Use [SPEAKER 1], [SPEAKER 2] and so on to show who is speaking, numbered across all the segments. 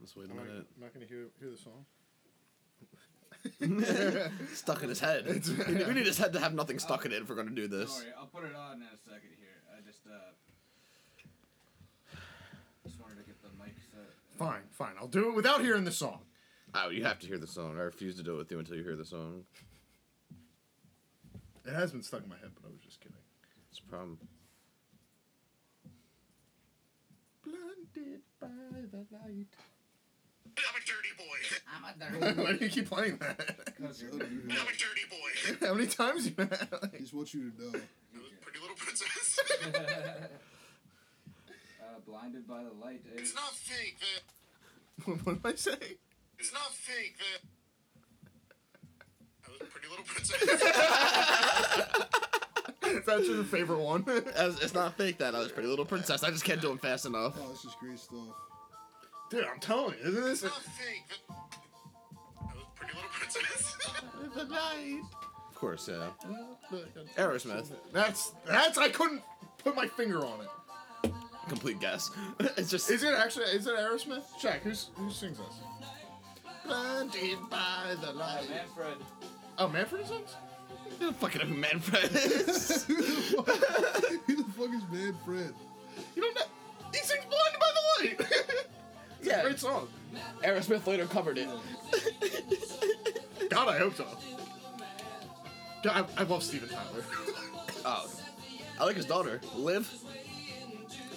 [SPEAKER 1] Let's wait a
[SPEAKER 2] I'm not,
[SPEAKER 1] minute.
[SPEAKER 2] I'm not gonna hear hear the song.
[SPEAKER 1] stuck in his head. we need- we need his head to have nothing stuck in it if we're gonna do this.
[SPEAKER 3] Sorry, I'll put it on in a second here. I just uh, just wanted to get the mic set.
[SPEAKER 2] Fine, fine. I'll do it without hearing the song.
[SPEAKER 1] Oh, you have to hear the song. I refuse to do it with you until you hear the song.
[SPEAKER 2] It has been stuck in my head, but I was just kidding.
[SPEAKER 1] It's a problem.
[SPEAKER 2] Blinded by the light.
[SPEAKER 4] I'm a dirty boy.
[SPEAKER 3] I'm a dirty
[SPEAKER 2] Why do you keep playing that?
[SPEAKER 3] because you're
[SPEAKER 5] Let you know.
[SPEAKER 4] I'm a dirty boy.
[SPEAKER 2] How many times you
[SPEAKER 5] I
[SPEAKER 2] like,
[SPEAKER 5] just want you uh, to know.
[SPEAKER 4] Pretty little princess.
[SPEAKER 3] uh, blinded by the light. eh?
[SPEAKER 4] it's
[SPEAKER 3] Is,
[SPEAKER 4] not fake, man.
[SPEAKER 2] What am I saying?
[SPEAKER 4] It's not fake, man. I was a pretty little princess.
[SPEAKER 2] That's your favorite one.
[SPEAKER 1] As, it's not fake that I was Pretty Little Princess. I just can't do them fast enough.
[SPEAKER 5] Oh, this is great stuff.
[SPEAKER 2] Dude, I'm telling you, isn't this?
[SPEAKER 4] It's not fake, man. I was a pretty little princess.
[SPEAKER 2] The night.
[SPEAKER 1] Of course, yeah. Aerosmith.
[SPEAKER 2] That's that's I couldn't put my finger on it.
[SPEAKER 1] Complete guess. it's just.
[SPEAKER 2] Is it actually? Is it Aerosmith? Check. Who's who sings this? Blinded by the
[SPEAKER 3] uh,
[SPEAKER 2] light.
[SPEAKER 3] Manfred.
[SPEAKER 2] Oh, Manfred sings.
[SPEAKER 1] fucking up Manfred. is.
[SPEAKER 5] Who the fuck is Mad Fred?
[SPEAKER 2] You don't know. He sings Blinded by the Light. It's
[SPEAKER 1] Yeah.
[SPEAKER 2] a great song.
[SPEAKER 1] Aerosmith later covered it.
[SPEAKER 2] God, I hope so. God, I, I love Steven Tyler.
[SPEAKER 1] Oh. I like his daughter, Liv.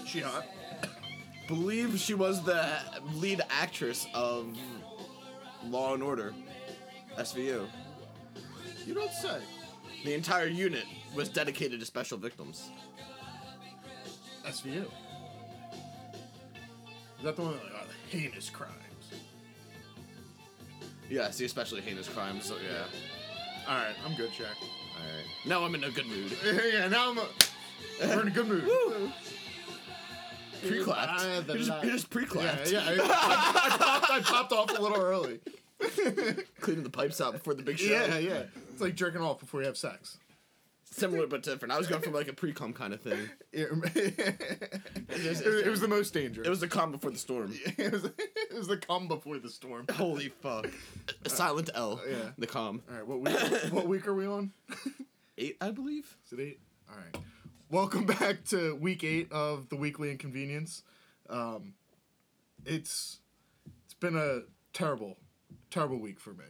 [SPEAKER 2] she hot.
[SPEAKER 1] Believe she was the lead actress of Law and Order, SVU.
[SPEAKER 2] You don't say.
[SPEAKER 1] The entire unit was dedicated to special victims.
[SPEAKER 2] SVU. Is that the one that like, oh, heinous crimes?
[SPEAKER 1] Yes, the especially heinous crimes. So yeah.
[SPEAKER 2] All right, I'm good, Jack.
[SPEAKER 1] All right. Now I'm in a good mood.
[SPEAKER 2] yeah, now I'm. A, we're in a good mood.
[SPEAKER 1] Pre-clapped.
[SPEAKER 2] By the
[SPEAKER 1] You just,
[SPEAKER 2] light.
[SPEAKER 1] you just
[SPEAKER 2] Yeah,
[SPEAKER 1] pre-clapped.
[SPEAKER 2] yeah. I, I, popped, I popped off a little early.
[SPEAKER 1] Cleaning the pipes out before the big show.
[SPEAKER 2] Yeah, yeah. It's like jerking off before you have sex.
[SPEAKER 1] Similar but different. I was going for like a pre-cum kind of thing.
[SPEAKER 2] It, it, was the most dangerous.
[SPEAKER 1] It was the calm before the storm.
[SPEAKER 2] it was, it was the cum before the storm.
[SPEAKER 1] Holy fuck. A silent L.
[SPEAKER 2] Oh, yeah.
[SPEAKER 1] The calm.
[SPEAKER 2] All right, what week, what week are we on?
[SPEAKER 1] Eight, I believe.
[SPEAKER 2] Is it eight? All right. Welcome back to week eight of the weekly inconvenience. Um, it's it's been a terrible, terrible week for me.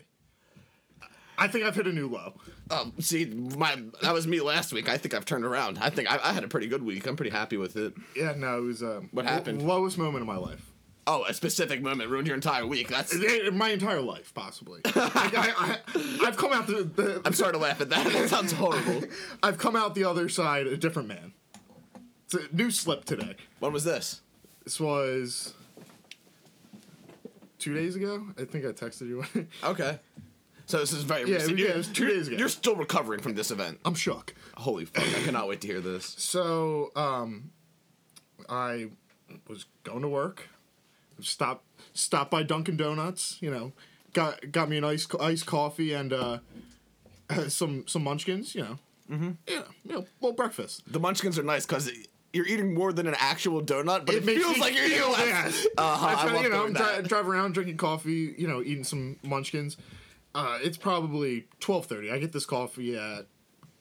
[SPEAKER 2] I think I've hit a new low.
[SPEAKER 1] Um, see, my that was me last week. I think I've turned around. I think I, I had a pretty good week. I'm pretty happy with it.
[SPEAKER 2] Yeah, no, it was um,
[SPEAKER 1] What
[SPEAKER 2] lo-
[SPEAKER 1] happened?
[SPEAKER 2] lowest moment of my life.
[SPEAKER 1] Oh, a specific moment ruined your entire week. That's.
[SPEAKER 2] Eh, eh, My entire life, possibly. I, have come out the, the
[SPEAKER 1] I'm sorry to laugh at that. That sounds horrible.
[SPEAKER 2] I've come out the other side a different man. It's a new slip today.
[SPEAKER 1] When was this?
[SPEAKER 2] This was two days ago. I think I texted you.
[SPEAKER 1] Okay. So this is very
[SPEAKER 2] Yeah,
[SPEAKER 1] recent.
[SPEAKER 2] yeah,
[SPEAKER 1] You're-
[SPEAKER 2] it was two
[SPEAKER 1] you're-
[SPEAKER 2] days ago.
[SPEAKER 1] You're still recovering from this event.
[SPEAKER 2] I'm shook.
[SPEAKER 1] Holy fuck! I cannot wait to hear this.
[SPEAKER 2] So, um, I was going to work. Stopped stopped by Dunkin' Donuts. You know, got got me an ice iced coffee and uh, some some munchkins. You know, mm-hmm. yeah, you know, little breakfast.
[SPEAKER 1] The Munchkins are nice because you're eating more than an actual donut, but it,
[SPEAKER 2] makes
[SPEAKER 1] feels
[SPEAKER 2] me
[SPEAKER 1] like you're eating
[SPEAKER 2] feel
[SPEAKER 1] less.
[SPEAKER 2] that.
[SPEAKER 1] Uh-huh,
[SPEAKER 2] That's
[SPEAKER 1] I
[SPEAKER 2] when,
[SPEAKER 1] love
[SPEAKER 2] you know,
[SPEAKER 1] doing
[SPEAKER 2] I'm dri-
[SPEAKER 1] that.
[SPEAKER 2] drive around drinking coffee, you know, eating some munchkins. Uh, it's probably 12:30. I get this coffee at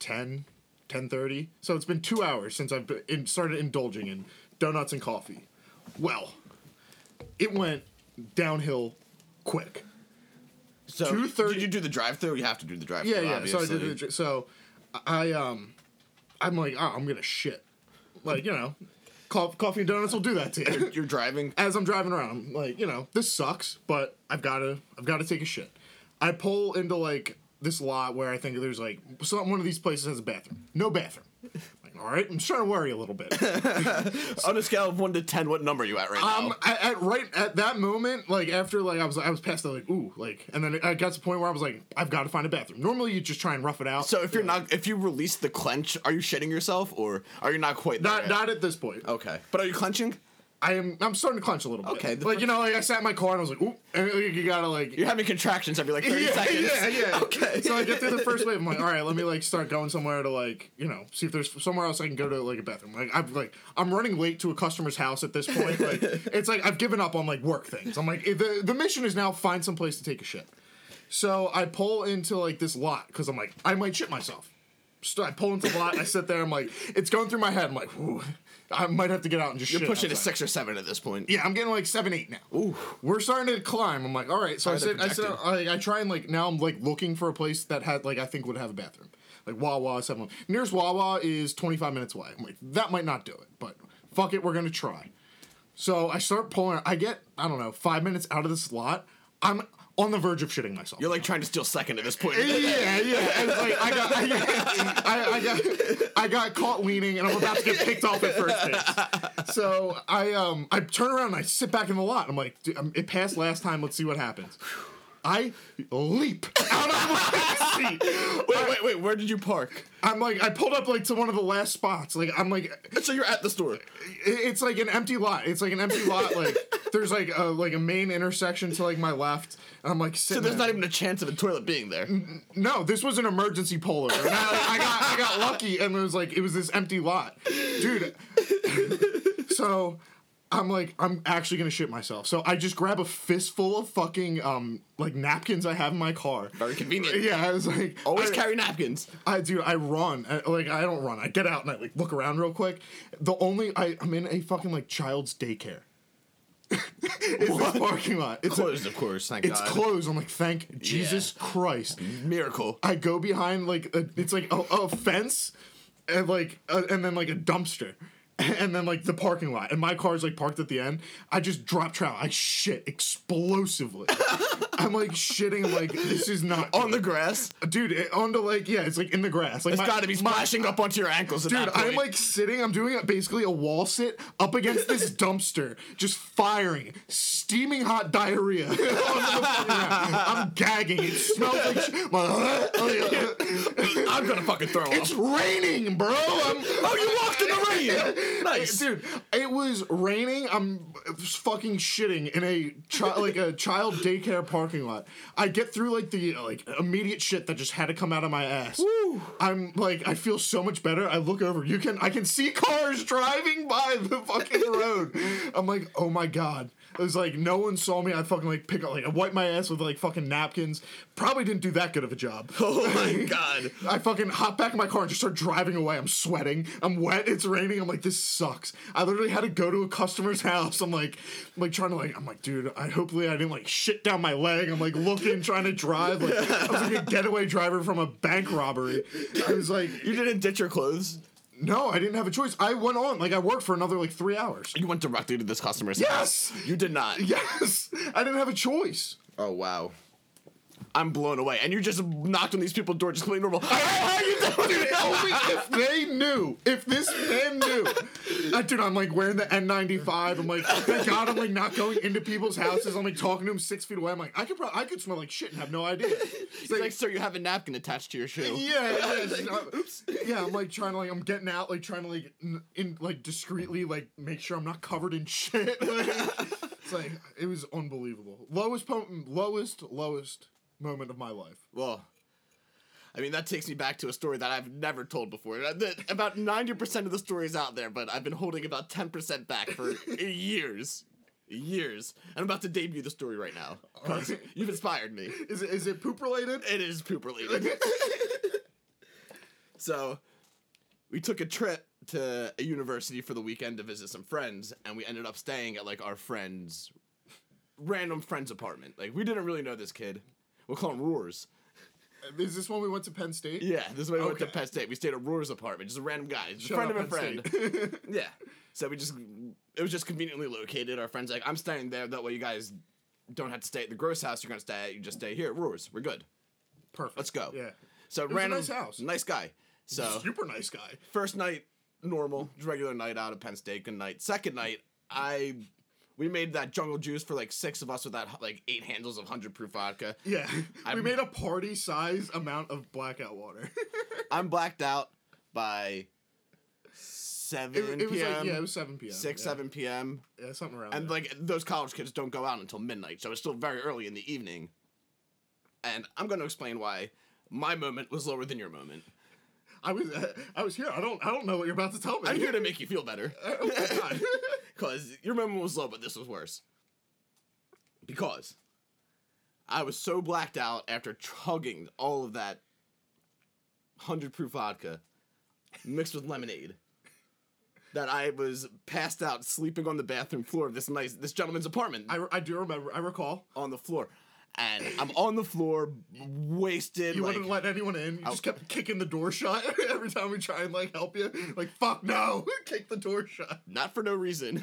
[SPEAKER 2] 10, 10:30. So it's been 2 hours since I've been, in, started indulging in donuts and coffee. Well, it went downhill quick.
[SPEAKER 1] So,
[SPEAKER 2] 2:30
[SPEAKER 1] Did you do the drive-through? You have to do the drive-through.
[SPEAKER 2] Yeah, yeah.
[SPEAKER 1] Obviously.
[SPEAKER 2] So I did. the dr- So I um, I'm like, oh, I'm gonna shit. Like you know, co- coffee and donuts will do that to you.
[SPEAKER 1] You're driving.
[SPEAKER 2] as I'm driving around, I'm like, you know, this sucks, but I've gotta I've gotta take a shit. I pull into like this lot where I think there's like some one of these places has a bathroom. No bathroom. Like, all right, I'm just trying to worry a little bit.
[SPEAKER 1] On a scale of one to ten, what number are you at right now?
[SPEAKER 2] Um, at, at right at that moment, like after like I was I was past that like ooh like, and then I got to the point where I was like, I've got to find a bathroom. Normally, you just try and rough it out.
[SPEAKER 1] So if you're not, if you release the clench, are you shitting yourself or are you not quite there?
[SPEAKER 2] not
[SPEAKER 1] yet? Oh.
[SPEAKER 2] not at this point.
[SPEAKER 1] okay. But are you clenching?
[SPEAKER 2] I am. I'm starting to clench a little bit.
[SPEAKER 1] Okay, the
[SPEAKER 2] Like you know, like I sat in my car and I was like, oop, and like, you gotta like.
[SPEAKER 1] You're having contractions every like 30
[SPEAKER 2] yeah,
[SPEAKER 1] seconds.
[SPEAKER 2] yeah, yeah.
[SPEAKER 1] Okay.
[SPEAKER 2] So I get through the first wave. I'm like, all right, let me like start going somewhere to like, you know, see if there's somewhere else I can go to like a bathroom. Like I'm like I'm running late to a customer's house at this point. Like it's like I've given up on like work things. I'm like the the mission is now find some place to take a shit. So I pull into like this lot because I'm like I might shit myself. So I pull into the lot. I sit there. I'm like it's going through my head. I'm like, Ooh, I might have to get out and just.
[SPEAKER 1] You're
[SPEAKER 2] shit
[SPEAKER 1] pushing to
[SPEAKER 2] outside."
[SPEAKER 1] six or seven at this point.
[SPEAKER 2] Yeah, I'm getting like seven, eight now. Ooh, we're starting to climb. I'm like, all right. So I
[SPEAKER 1] Tired of
[SPEAKER 2] said, I said, I, I try and like now I'm like looking for a place that had like I think would have a bathroom, like Wawa, seven. Eleven. Nearest Wawa is 25 minutes away. I'm like, that might not do it, but fuck it, we're gonna try. So I start pulling. I get I don't know five minutes out of this lot. I'm on the verge of shitting myself.
[SPEAKER 1] You're like trying to steal second at this point.
[SPEAKER 2] Yeah, yeah. And it's like I got, I got, I, I got, I got caught leaning, and I'm about to get picked off at first base. So I, um, I turn around and I sit back in the lot. I'm like, "Dude, um, it passed last time. Let's see what happens. I leap out of my seat.
[SPEAKER 1] Wait, wait, wait. Where did you park?
[SPEAKER 2] I'm like, I pulled up like to one of the last spots. Like, I'm like,
[SPEAKER 1] So you're at the store.
[SPEAKER 2] it- it's like an empty lot. It's like an empty lot. Like, there's like a like a main intersection to like my left. And I'm like,
[SPEAKER 1] So
[SPEAKER 2] sitting
[SPEAKER 1] there's
[SPEAKER 2] there.
[SPEAKER 1] not even a chance of a toilet being there.
[SPEAKER 2] No, this was an emergency polo. And I, I got I got lucky, and it was like it was this empty lot, dude. so I'm like I'm actually gonna shit myself. So I just grab a fistful of fucking um like napkins I have in my car.
[SPEAKER 1] Very convenient.
[SPEAKER 2] Yeah, I was like
[SPEAKER 1] Always
[SPEAKER 2] I-
[SPEAKER 1] carry napkins.
[SPEAKER 2] I do. I run. I, like I don't run. I get out and I like look around real quick. The only I, I'm in a fucking like child's daycare. it's this parking lot. It's a-
[SPEAKER 1] Closed, of course. Thank
[SPEAKER 2] it's
[SPEAKER 1] Oh God.
[SPEAKER 2] closed. I'm like, thank Jesus Christ.
[SPEAKER 1] Miracle.
[SPEAKER 2] I go behind like a, it's like a, a fence and like a, and then like a dumpster and then like the parking lot and my car's like parked at the end. I just drop trout. I shit explosively. I'm like shitting. I'm like this is not
[SPEAKER 1] On the grass.
[SPEAKER 2] dude it, onto like yeah it's like in the grass. Like
[SPEAKER 1] It's
[SPEAKER 2] my-
[SPEAKER 1] got to be splashing up onto your ankles at
[SPEAKER 2] Dude,
[SPEAKER 1] that point.
[SPEAKER 2] I'm like sitting, I'm doing a, basically a wall sit up against this dumpster, just firing, steaming hot diarrhea. onto the fucking ground. I'm gagging. It smells like. sh-
[SPEAKER 1] I'm gonna fucking throw
[SPEAKER 2] It's
[SPEAKER 1] up.
[SPEAKER 2] raining, bro. I'm,
[SPEAKER 1] Oh, you walked in the rain. Nice,
[SPEAKER 2] dude. It was raining. I'm fucking shitting in a chi- like a child daycare parking lot. I get through like the like immediate shit that just had to come out of my ass. I'm like I feel so much better. I look over. You can I can see cars driving by the fucking road. I'm like, "Oh my god." It was like no one saw me. I fucking like pick up like I wipe my ass with like fucking napkins. Probably didn't do that good of a job.
[SPEAKER 1] Oh my god.
[SPEAKER 2] I fucking hop back in my car and just start driving away. I'm sweating. I'm wet. It's raining. I'm like, this sucks. I literally had to go to a customer's house. I'm like, I'm like trying to like, I'm like, dude, I hopefully I didn't like shit down my leg. I'm like looking, trying to drive. Like I was like a getaway driver from a bank robbery. I was like,
[SPEAKER 1] You didn't ditch your clothes.
[SPEAKER 2] no, I didn't have a choice. I went on. Like I worked for another like three hours.
[SPEAKER 1] You went directly to this customer's
[SPEAKER 2] Yes!
[SPEAKER 1] house. You did not.
[SPEAKER 2] Yes, I didn't have a choice.
[SPEAKER 1] Oh wow. I'm blown away. And you just knocked on these people's door just completely normal. How you doing?
[SPEAKER 2] Only if they knew, if this man knew, I, dude, I'm like wearing the N95. I'm like, thank God, I'm like not going into people's houses. I'm like talking to them six feet away. I'm like, I could probably, I could smell like shit and have no idea. It's
[SPEAKER 1] He's like, sir, you have a napkin attached to your shoe.
[SPEAKER 2] yeah, yeah, it's not- yeah. I'm like trying to like, I'm getting out, like trying to like, n- in like discreetly, like make sure I'm not covered in shit. it's like it was unbelievable. Lowest, po- lowest, lowest moment of my life.
[SPEAKER 1] Well, I mean, that takes me back to a story that I've never told before. Uh, that- About 90% of the stories out there, but I've been holding about 10% back for years. Years. I'm about to debut the story right now. 'cause
[SPEAKER 2] Alright.
[SPEAKER 1] You've inspired me.
[SPEAKER 2] Is it, is it poop related?
[SPEAKER 1] It is poop related. so, we took a trip to a university for the weekend to visit some friends, and we ended up staying at like our friend's random friend's apartment. Like, we didn't really know this kid. We'll call him Roars.
[SPEAKER 2] Is this when we went to Penn State?
[SPEAKER 1] Yeah, this is when we went to
[SPEAKER 2] Okay.
[SPEAKER 1] Penn State. We stayed at Roar's apartment, just a random guy, just a
[SPEAKER 2] Shut
[SPEAKER 1] friend
[SPEAKER 2] up,
[SPEAKER 1] of a
[SPEAKER 2] Penn
[SPEAKER 1] friend. yeah. So we just, it was just conveniently located. Our friend's like, I'm staying there. That way you guys don't have to stay at the gross house you're going to stay at. You just stay here at Roar's. We're good.
[SPEAKER 2] Perfect.
[SPEAKER 1] Let's go.
[SPEAKER 2] Yeah.
[SPEAKER 1] So
[SPEAKER 2] was a
[SPEAKER 1] random.
[SPEAKER 2] nice house.
[SPEAKER 1] Nice guy. So
[SPEAKER 2] Super nice guy.
[SPEAKER 1] first night, normal, just regular night out of Penn State. Good night. Second night, I. We made that jungle juice for like six of us with that like eight handles of hundred proof vodka.
[SPEAKER 2] Yeah. we
[SPEAKER 1] I'm-
[SPEAKER 2] made a party size amount of blackout water.
[SPEAKER 1] I'm blacked out by
[SPEAKER 2] It,
[SPEAKER 1] 7
[SPEAKER 2] it was
[SPEAKER 1] p.m.
[SPEAKER 2] like yeah, it was seven p.m.
[SPEAKER 1] 6,
[SPEAKER 2] yeah.
[SPEAKER 1] 7 p.m.
[SPEAKER 2] yeah, something around.
[SPEAKER 1] And
[SPEAKER 2] there.
[SPEAKER 1] like those college kids don't go out until midnight, so it's still very early in the evening. And I'm going to explain why my moment was lower than your moment.
[SPEAKER 2] I was, I was here. I don't, I don't know what you're about to tell me.
[SPEAKER 1] I'm here to make you feel better.
[SPEAKER 2] oh my god.
[SPEAKER 1] Because your moment was low, but this was worse. Because I was so blacked out after chugging all of that 100 proof vodka mixed with lemonade that I was passed out sleeping on the bathroom floor of this nice this gentleman's apartment
[SPEAKER 2] I, I do remember. I recall.
[SPEAKER 1] on the floor. And I'm on the floor wasted
[SPEAKER 2] You
[SPEAKER 1] like
[SPEAKER 2] wouldn't let anyone in. You
[SPEAKER 1] I-
[SPEAKER 2] just kept kicking the door shut every time we try and like help you. Like fuck no, kick the door shut.
[SPEAKER 1] not for no reason.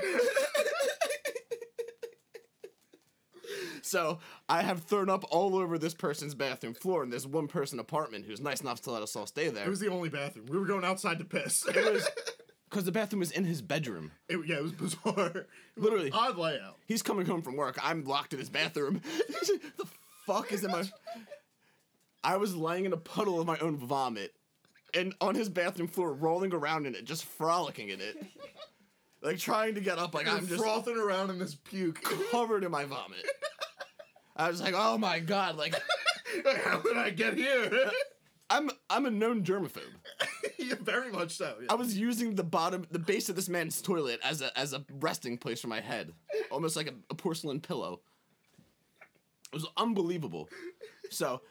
[SPEAKER 1] so I have thrown up all over this person's bathroom floor in this one person apartment who's nice enough to let us all stay there.
[SPEAKER 2] It was the only bathroom. We were going outside to piss.
[SPEAKER 1] because the bathroom was in his bedroom.
[SPEAKER 2] It- yeah, it was bizarre.
[SPEAKER 1] Literally.
[SPEAKER 2] odd layout.
[SPEAKER 1] He's coming home from work. I'm locked in his bathroom. the fuck is in my. I was laying in a puddle of my own vomit and on his bathroom floor, rolling around in it, just frolicking in it. Like trying to get up, like
[SPEAKER 2] I'm
[SPEAKER 1] I'm just
[SPEAKER 2] frothing around in this puke.
[SPEAKER 1] covered in my vomit. I was like, oh my god, like
[SPEAKER 2] How did I get here?
[SPEAKER 1] I'm I'm a known germaphobe.
[SPEAKER 2] yeah, very much so. yeah.
[SPEAKER 1] I was using the bottom the base of this man's toilet as a as a resting place for my head. Almost like a, a porcelain pillow. It was unbelievable. So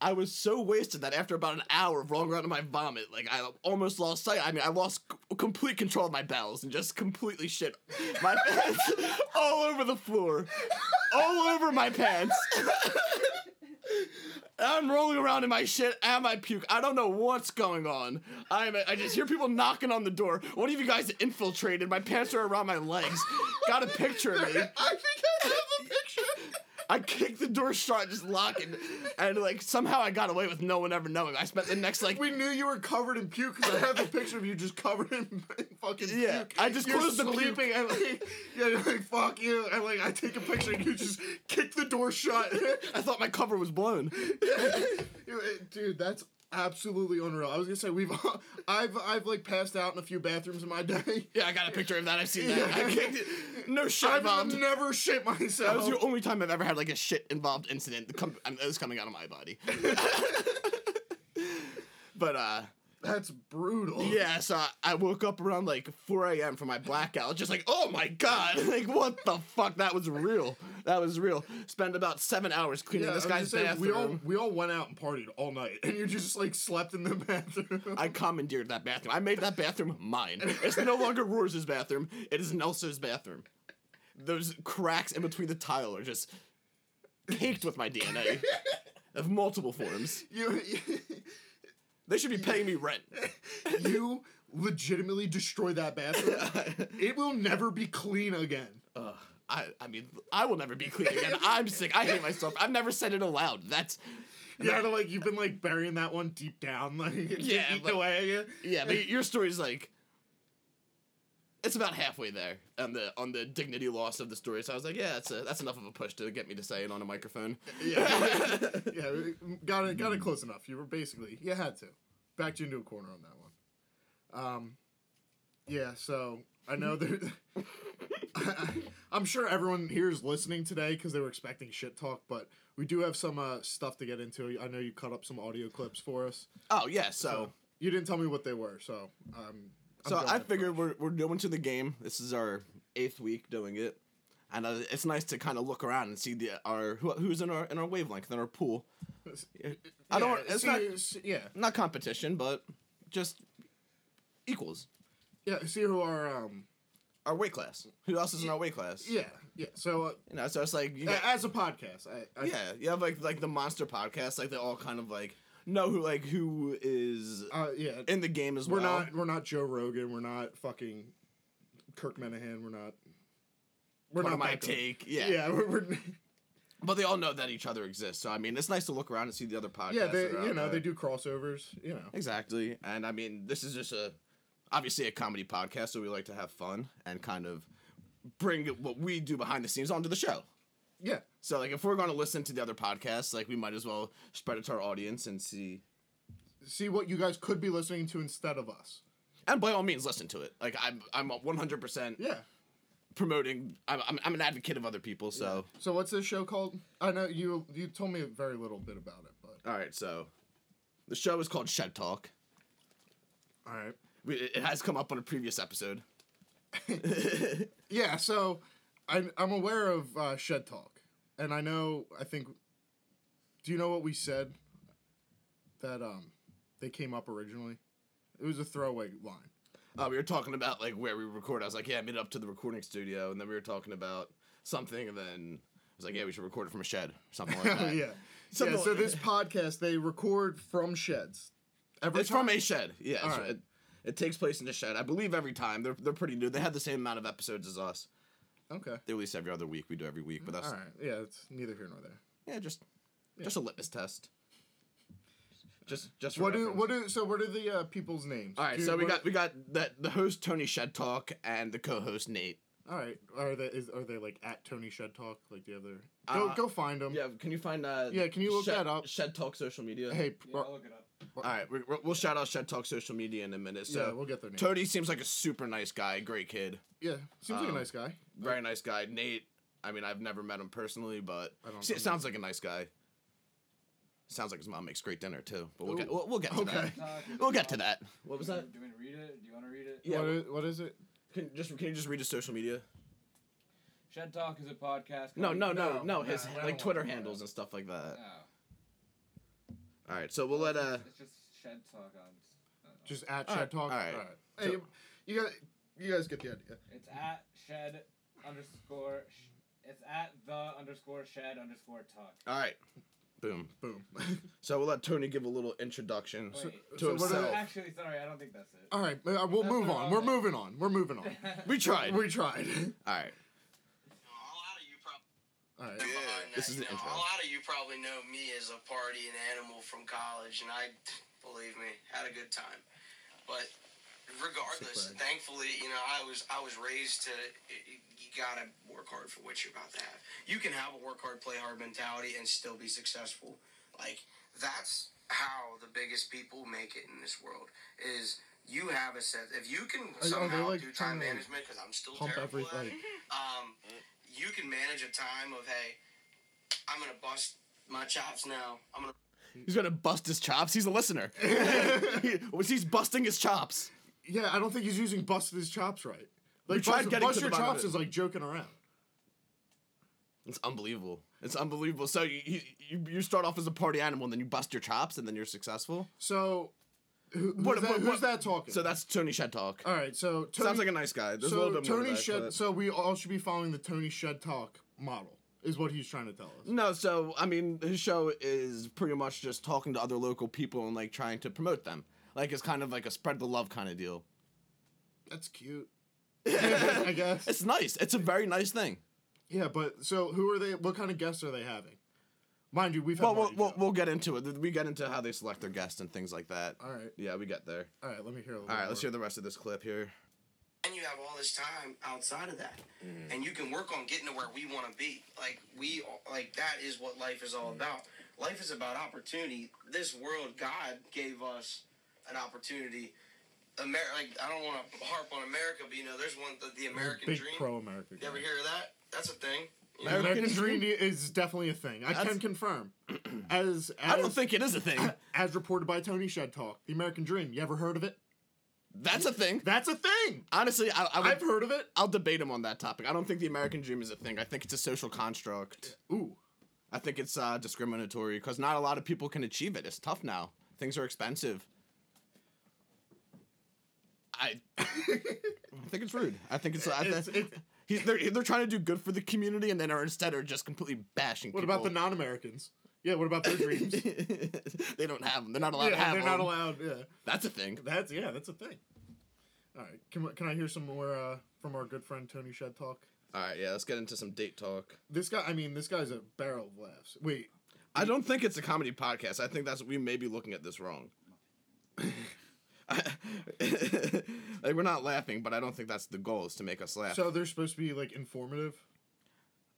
[SPEAKER 1] I was so wasted that after about an hour of rolling around in my vomit, like I almost lost sight. I mean, I lost c- complete control of my bowels and just completely shit my pants all over the floor, all over my pants. I'm rolling around in my shit and my puke. I don't know what's going on. I'm, I just hear people knocking on the door. One of you guys infiltrated. My pants are around my legs. Got a picture of me.
[SPEAKER 2] I think I have a picture.
[SPEAKER 1] I kicked the door shut, just locking, and like somehow I got away with no one ever knowing. I spent the next like
[SPEAKER 2] We knew you were covered in puke because I have a picture of you just covered in, in fucking
[SPEAKER 1] Yeah,
[SPEAKER 2] puke.
[SPEAKER 1] I just
[SPEAKER 2] You're
[SPEAKER 1] closed the puke.
[SPEAKER 2] sleeping and like, yeah, you're like fuck you, and like I take a picture and you just kick the door shut.
[SPEAKER 1] I thought my cover was blown.
[SPEAKER 2] You- Dude, that's absolutely unreal. I was gonna say we've, I've, I've like passed out in a few bathrooms in my day.
[SPEAKER 1] Yeah, I got a picture of that. I've seen that. I kicked it. No shit
[SPEAKER 2] I've
[SPEAKER 1] involved.
[SPEAKER 2] never shit
[SPEAKER 1] That was
[SPEAKER 2] myself.
[SPEAKER 1] the only time I've ever had like a shit involved incident that come, um, that was coming out of my body. but uh,
[SPEAKER 2] That's brutal.
[SPEAKER 1] yeah, so I, I woke up around like 4 a.m. from my blackout, just like, oh my god, like what the fuck? That was real. That was real. Spent about seven hours cleaning
[SPEAKER 2] Yeah,
[SPEAKER 1] this
[SPEAKER 2] I was
[SPEAKER 1] guy's
[SPEAKER 2] gonna say,
[SPEAKER 1] bathroom.
[SPEAKER 2] we all we all went out and partied all night, and you just like slept in the bathroom.
[SPEAKER 1] I commandeered that bathroom. I made that bathroom mine. It's no longer Roars' bathroom. It is Nelsa's bathroom. Those cracks in between the tile are just caked with my DNA of multiple forms.
[SPEAKER 2] you
[SPEAKER 1] They should be paying me rent.
[SPEAKER 2] you legitimately destroy that bathroom. it will never be clean again.
[SPEAKER 1] Ugh. I, I mean, I will never be clean again. I'm sick. I hate myself. I've never said it aloud. That's
[SPEAKER 2] Yeah, like you've been like burying that one deep down, like
[SPEAKER 1] Yeah,
[SPEAKER 2] yeah, eat
[SPEAKER 1] but-
[SPEAKER 2] away. at you.
[SPEAKER 1] yeah. But your story's like it's about halfway there on the on the dignity loss of the story. So I was like, yeah, that's a, that's enough of a push to get me to say it on a microphone.
[SPEAKER 2] Yeah, yeah, we got it, got it close enough. You were basically you had to backed you into a corner on that one. Um, yeah, so I know there. I'm sure everyone here is listening today because they were expecting shit talk, but we do have some uh, stuff to get into. I know you cut up some audio clips for us.
[SPEAKER 1] Oh yeah, so
[SPEAKER 2] You didn't tell me what they were, so um. I'm
[SPEAKER 1] So
[SPEAKER 2] going
[SPEAKER 1] I
[SPEAKER 2] with
[SPEAKER 1] figured
[SPEAKER 2] first.
[SPEAKER 1] we're, we're new into the game. This is our eighth week doing it, and uh, it's nice to kind of look around and see the our who, who's in our in our wavelength in our pool. I don't.
[SPEAKER 2] Yeah,
[SPEAKER 1] It's
[SPEAKER 2] see-
[SPEAKER 1] not
[SPEAKER 2] see- yeah,
[SPEAKER 1] not competition, but just equals
[SPEAKER 2] yeah. See who are um.
[SPEAKER 1] our weight class. Who else is in our weight class?
[SPEAKER 2] Yeah, yeah. So uh,
[SPEAKER 1] You know, so it's like you
[SPEAKER 2] a-
[SPEAKER 1] got,
[SPEAKER 2] as a podcast, I, I
[SPEAKER 1] yeah, you have like like the monster podcast. Like they all kind of like know who like who is
[SPEAKER 2] uh, yeah.
[SPEAKER 1] in the game as
[SPEAKER 2] We're
[SPEAKER 1] well.
[SPEAKER 2] not we're not Joe Rogan. We're not fucking Kirk Menahan. We're not. We're
[SPEAKER 1] Part of my
[SPEAKER 2] that good.
[SPEAKER 1] take.
[SPEAKER 2] Yeah,
[SPEAKER 1] Yeah.
[SPEAKER 2] we're, we're
[SPEAKER 1] but they all know that each other exists. So I mean, it's nice to look around and see the other podcasts.
[SPEAKER 2] yeah. They
[SPEAKER 1] that are
[SPEAKER 2] you
[SPEAKER 1] out
[SPEAKER 2] know
[SPEAKER 1] there.
[SPEAKER 2] they do crossovers. You know.
[SPEAKER 1] Exactly. And I mean, this is just a obviously a comedy podcast, so we like to have fun and kind of bring what we do behind the scenes onto the show.
[SPEAKER 2] Yeah.
[SPEAKER 1] So like if we're going to listen to the other podcasts, like we might as well spread it to our audience and see
[SPEAKER 2] See what you guys could be listening to instead of us.
[SPEAKER 1] and by all means, listen to it. Like I'm, I'm 100 percent
[SPEAKER 2] Yeah.
[SPEAKER 1] promoting. I'm, I'm, I'm an advocate of other people. So
[SPEAKER 2] So what's this show called? I know you you told me very little bit about it, but
[SPEAKER 1] all right, so the show is called Shed Talk.
[SPEAKER 2] all right.
[SPEAKER 1] We, it it has come up on a previous episode.
[SPEAKER 2] Yeah. So I'm I'm aware of uh, Shed Talk, and I know I think. Do you know what we said? That um, they came up originally. It was a throwaway line.
[SPEAKER 1] Uh, we were talking about like where we record. I was like, yeah, I made it up to the recording studio, and then we were talking about something, and then I was like, yeah, we should record it from a shed, or something like that.
[SPEAKER 2] yeah.
[SPEAKER 1] Something
[SPEAKER 2] yeah. So
[SPEAKER 1] like-
[SPEAKER 2] this podcast they record from sheds. Every
[SPEAKER 1] It's from
[SPEAKER 2] time?
[SPEAKER 1] a shed. Yeah, it's-
[SPEAKER 2] Alright.
[SPEAKER 1] it, it takes place in a shed. I believe every time they're they're pretty new. They have the same amount of episodes as us.
[SPEAKER 2] Okay.
[SPEAKER 1] They release every other week. We do every week, but that's
[SPEAKER 2] All right. Yeah. It's neither here nor there.
[SPEAKER 1] yeah, just just a litmus test. Just just for
[SPEAKER 2] What do
[SPEAKER 1] reference.
[SPEAKER 2] what do so what are the uh, people's names?
[SPEAKER 1] All right,
[SPEAKER 2] Do-
[SPEAKER 1] so we
[SPEAKER 2] what-
[SPEAKER 1] got we got the the host Tony Shed Talk and the co-host Nate.
[SPEAKER 2] All right, are they is are they like at Tony Shed Talk? Like the other? Go
[SPEAKER 1] Uh,
[SPEAKER 2] go find them.
[SPEAKER 1] Yeah, can you find uh
[SPEAKER 2] Yeah, can you look
[SPEAKER 1] Shed,
[SPEAKER 2] that up?
[SPEAKER 1] Shed Talk social media.
[SPEAKER 2] Hey,
[SPEAKER 3] Yeah, I'll
[SPEAKER 2] bro,
[SPEAKER 3] look it up.
[SPEAKER 1] All right, we, we'll- we'll shout out Shed Talk social media in a minute. So
[SPEAKER 2] yeah, we'll get their name.
[SPEAKER 1] Tony seems like a super nice guy, great kid,
[SPEAKER 2] yeah, seems like a
[SPEAKER 1] um,
[SPEAKER 2] nice guy.
[SPEAKER 1] very nice guy. Nate, I mean, I've never met him personally, but
[SPEAKER 2] I don't-
[SPEAKER 1] it sounds like a nice guy. Sounds like his mom makes great dinner too, but we'll
[SPEAKER 2] Ooh.
[SPEAKER 1] get we'll, we'll get to
[SPEAKER 2] Okay.
[SPEAKER 1] that.
[SPEAKER 3] Talk is
[SPEAKER 1] We'll get to
[SPEAKER 3] about-
[SPEAKER 1] that.
[SPEAKER 3] Do
[SPEAKER 1] What was
[SPEAKER 3] you-
[SPEAKER 1] that?
[SPEAKER 3] Do you want to read it? Do you want to read it?
[SPEAKER 1] Yeah,
[SPEAKER 2] what,
[SPEAKER 1] we-
[SPEAKER 2] is, what is it?
[SPEAKER 1] Can just can you just read his social media?
[SPEAKER 3] Shed Talk is a podcast.
[SPEAKER 1] No,
[SPEAKER 3] called-
[SPEAKER 1] no, no, no.
[SPEAKER 2] No, no,
[SPEAKER 1] his
[SPEAKER 2] I don't
[SPEAKER 1] like
[SPEAKER 2] want
[SPEAKER 1] Twitter
[SPEAKER 2] to.
[SPEAKER 1] handles and stuff like that.
[SPEAKER 3] Oh.
[SPEAKER 1] All right, so we'll let uh.
[SPEAKER 3] It's just Shed Talk on. uh,
[SPEAKER 2] Just at
[SPEAKER 1] all
[SPEAKER 2] Shed
[SPEAKER 1] right,
[SPEAKER 2] Talk.
[SPEAKER 1] all right.
[SPEAKER 2] Hey, you, you guys, you guys get the idea.
[SPEAKER 3] It's at Shed underscore. Sh- it's at the underscore Shed underscore Talk.
[SPEAKER 1] All right, boom.
[SPEAKER 2] Boom.
[SPEAKER 1] So we'll let Tony give a little introduction
[SPEAKER 3] Wait.
[SPEAKER 1] to
[SPEAKER 2] so what are
[SPEAKER 1] himself.
[SPEAKER 2] the-
[SPEAKER 3] Actually, sorry, I don't think that's it.
[SPEAKER 2] All right, uh, we'll
[SPEAKER 3] That's
[SPEAKER 2] move
[SPEAKER 3] all
[SPEAKER 2] on. We're
[SPEAKER 3] right.
[SPEAKER 2] moving on. We're moving on.
[SPEAKER 1] we tried.
[SPEAKER 2] we tried.
[SPEAKER 1] All right.
[SPEAKER 4] A lot of you probably.
[SPEAKER 2] All right.
[SPEAKER 1] Yeah,
[SPEAKER 4] behind
[SPEAKER 1] this
[SPEAKER 4] that
[SPEAKER 1] is the
[SPEAKER 4] now.
[SPEAKER 1] intro.
[SPEAKER 4] A lot of you probably know me as a party and animal from college, and I, believe me, had a good time. But regardless,
[SPEAKER 2] Sick brag.
[SPEAKER 4] thankfully, you know, I was I was raised to you you gotta work hard for what you're about to have. You can have a work hard, play hard mentality and still be successful. Like that's how the biggest people make it in this world is you have a sense if you can
[SPEAKER 2] they,
[SPEAKER 4] somehow
[SPEAKER 2] Oh, like,
[SPEAKER 4] do
[SPEAKER 2] trying
[SPEAKER 4] time
[SPEAKER 2] to, like,
[SPEAKER 4] management because I'm still
[SPEAKER 2] Pump every
[SPEAKER 4] terrible at
[SPEAKER 2] like.
[SPEAKER 4] it um, you can manage a time of hey, I'm gonna bust my chops now. I'm gonna
[SPEAKER 1] He's gonna bust his chops. He's a listener. he's busting his chops.
[SPEAKER 2] Yeah, I don't think he's using bust his chops right. Like
[SPEAKER 1] tried
[SPEAKER 2] bust,
[SPEAKER 1] getting
[SPEAKER 2] bust
[SPEAKER 1] to the
[SPEAKER 2] your
[SPEAKER 1] bottom of
[SPEAKER 2] chops
[SPEAKER 1] it.
[SPEAKER 2] is like joking around.
[SPEAKER 1] It's unbelievable. It's unbelievable. So you, you you- you start off as a party animal, and then you bust your chops, and then you're successful.
[SPEAKER 2] So, who, who's,
[SPEAKER 1] What-
[SPEAKER 2] that,
[SPEAKER 1] what-
[SPEAKER 2] who's
[SPEAKER 1] what-
[SPEAKER 2] that talking?
[SPEAKER 1] So that's Tony Shed Talk.
[SPEAKER 2] all right. So Tony,
[SPEAKER 1] Sounds like a nice guy. There's a
[SPEAKER 2] so
[SPEAKER 1] little bit more.
[SPEAKER 2] Tony
[SPEAKER 1] to that,
[SPEAKER 2] Shed.
[SPEAKER 1] but-
[SPEAKER 2] So we all should be following the Tony Shed Talk model, is what he's trying to tell us.
[SPEAKER 1] No, so I mean, his show is pretty much just talking to other local people and like trying to promote them. Like it's kind of like a spread the love kind of deal.
[SPEAKER 2] That's cute. I guess.
[SPEAKER 1] It's nice. It's a very nice thing.
[SPEAKER 2] Yeah, but so who are they? What kind of guests are they having? Mind you, we've had.
[SPEAKER 1] Well, we'll,
[SPEAKER 2] Marty
[SPEAKER 1] we'll
[SPEAKER 2] Joe.
[SPEAKER 1] we'll get into it. We get into how they select their guests and things like that.
[SPEAKER 2] all right,
[SPEAKER 1] Yeah, we get there.
[SPEAKER 2] all right. Let me hear. A little
[SPEAKER 1] All right,
[SPEAKER 2] more.
[SPEAKER 1] let's hear the rest of this clip here.
[SPEAKER 4] and you have all this time outside of that
[SPEAKER 2] Mm-hmm.
[SPEAKER 4] and you can work on getting to where we want to be like we like that is what life is
[SPEAKER 2] Mm-hmm.
[SPEAKER 4] all about life is about opportunity this world god gave us an opportunity Amer- like i don't want to harp on america but you know there's one the, the american
[SPEAKER 2] Big
[SPEAKER 4] dream
[SPEAKER 2] pro America.
[SPEAKER 4] you ever hear of that that's a thing You know?
[SPEAKER 1] American
[SPEAKER 2] American
[SPEAKER 1] Dream?
[SPEAKER 2] Dream is definitely a thing. I
[SPEAKER 1] That's-
[SPEAKER 2] can confirm. As, as
[SPEAKER 1] I don't think it is a thing.
[SPEAKER 2] as reported by Tony Shed Talk, the American Dream. You ever heard of it?
[SPEAKER 1] That's a thing.
[SPEAKER 2] That's a thing.
[SPEAKER 1] Honestly, I, I would,
[SPEAKER 2] I've heard of it.
[SPEAKER 1] I'll debate him on that topic. I don't think the American dream is a thing. I think it's a social construct.
[SPEAKER 2] Ooh.
[SPEAKER 1] I think it's uh, discriminatory because not a lot of people can achieve it. It's tough now. Things are expensive. I, I think it's rude. I think it's. I,
[SPEAKER 2] It's-
[SPEAKER 1] think
[SPEAKER 2] it's-
[SPEAKER 1] he's, they're, they're trying to do good for the community and then are instead are just completely bashing
[SPEAKER 2] What
[SPEAKER 1] people.
[SPEAKER 2] about the non-Americans? Yeah, what about their dreams? yeah,
[SPEAKER 1] they don't have them. They're not allowed to
[SPEAKER 2] they're
[SPEAKER 1] have them.
[SPEAKER 2] not allowed. Yeah,
[SPEAKER 1] That's a thing.
[SPEAKER 2] that's yeah, that's a thing. All right, can can I hear some more uh, from our good friend Tony Shed Talk?
[SPEAKER 1] All right, yeah, let's get into some date talk.
[SPEAKER 2] This guy, I mean, this guy's a barrel of laughs. Wait,
[SPEAKER 1] I don't think it's a comedy podcast. I think that's we may be looking at this wrong. like we're not laughing, but I don't think that's the goal is to make us laugh.
[SPEAKER 2] so they're supposed to be like informative,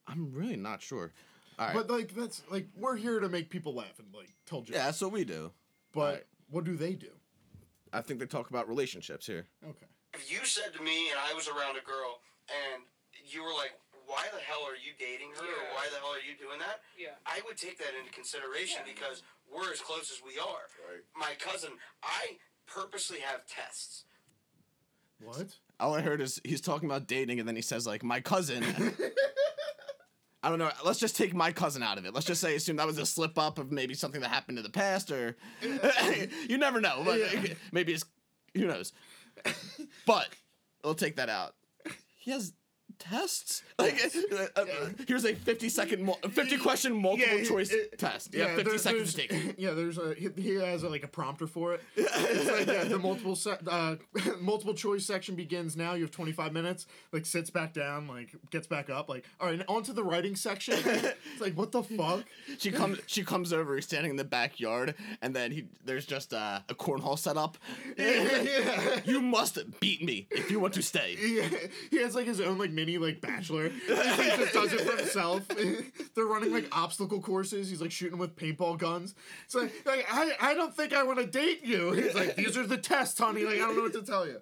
[SPEAKER 1] I'm really not sure. All right,
[SPEAKER 2] but like that's like we're here to make people laugh and like tell jokes.
[SPEAKER 1] yeah, that's what we do.
[SPEAKER 2] but
[SPEAKER 1] right.
[SPEAKER 2] what do they do?
[SPEAKER 1] Uh, I think they talk about relationships here.
[SPEAKER 2] Okay.
[SPEAKER 4] If you said to me and I was around a girl and you were like, why the hell are you dating her or
[SPEAKER 6] Yeah.
[SPEAKER 4] why the hell are you doing that?
[SPEAKER 6] Yeah.
[SPEAKER 4] I would take that into consideration
[SPEAKER 6] Yeah.
[SPEAKER 4] because we're as close as we are. My cousin, I purposely have tests.
[SPEAKER 2] What?
[SPEAKER 1] All I heard is he's talking about dating, and then he says like my cousin. I don't know. Let's just take my cousin out of it. Let's just say assume that was a slip up of maybe something that happened in the past, or you never know. But
[SPEAKER 2] Yeah.
[SPEAKER 1] maybe it's who knows. But we'll take that out. He has tests. Like uh, uh, here's a 50 second, mul- 50 question multiple choice
[SPEAKER 2] it-
[SPEAKER 1] test. Yeah, 50
[SPEAKER 2] there-
[SPEAKER 1] seconds to
[SPEAKER 2] there's-
[SPEAKER 1] take. it.
[SPEAKER 2] Yeah, there's a he, he has a, like a prompter for it. It's like, yeah, the multiple se- uh, multiple choice section begins now. You have 25 minutes. Like sits back down, like gets back up, like all right, on to the writing section. it's like what the fuck?
[SPEAKER 1] She comes. She comes over. He's standing in the backyard, and then he there's just uh, a cornhole set up.
[SPEAKER 2] yeah.
[SPEAKER 1] You must beat me if you want to stay.
[SPEAKER 2] He, he has like his own like mini like bachelor. He like, just does it for himself. They're running like obstacle courses. He's like shooting with paintball guns. It's like, like I, I don't think I want to date you. He's like these are the tests, honey. Like I don't know what to tell you.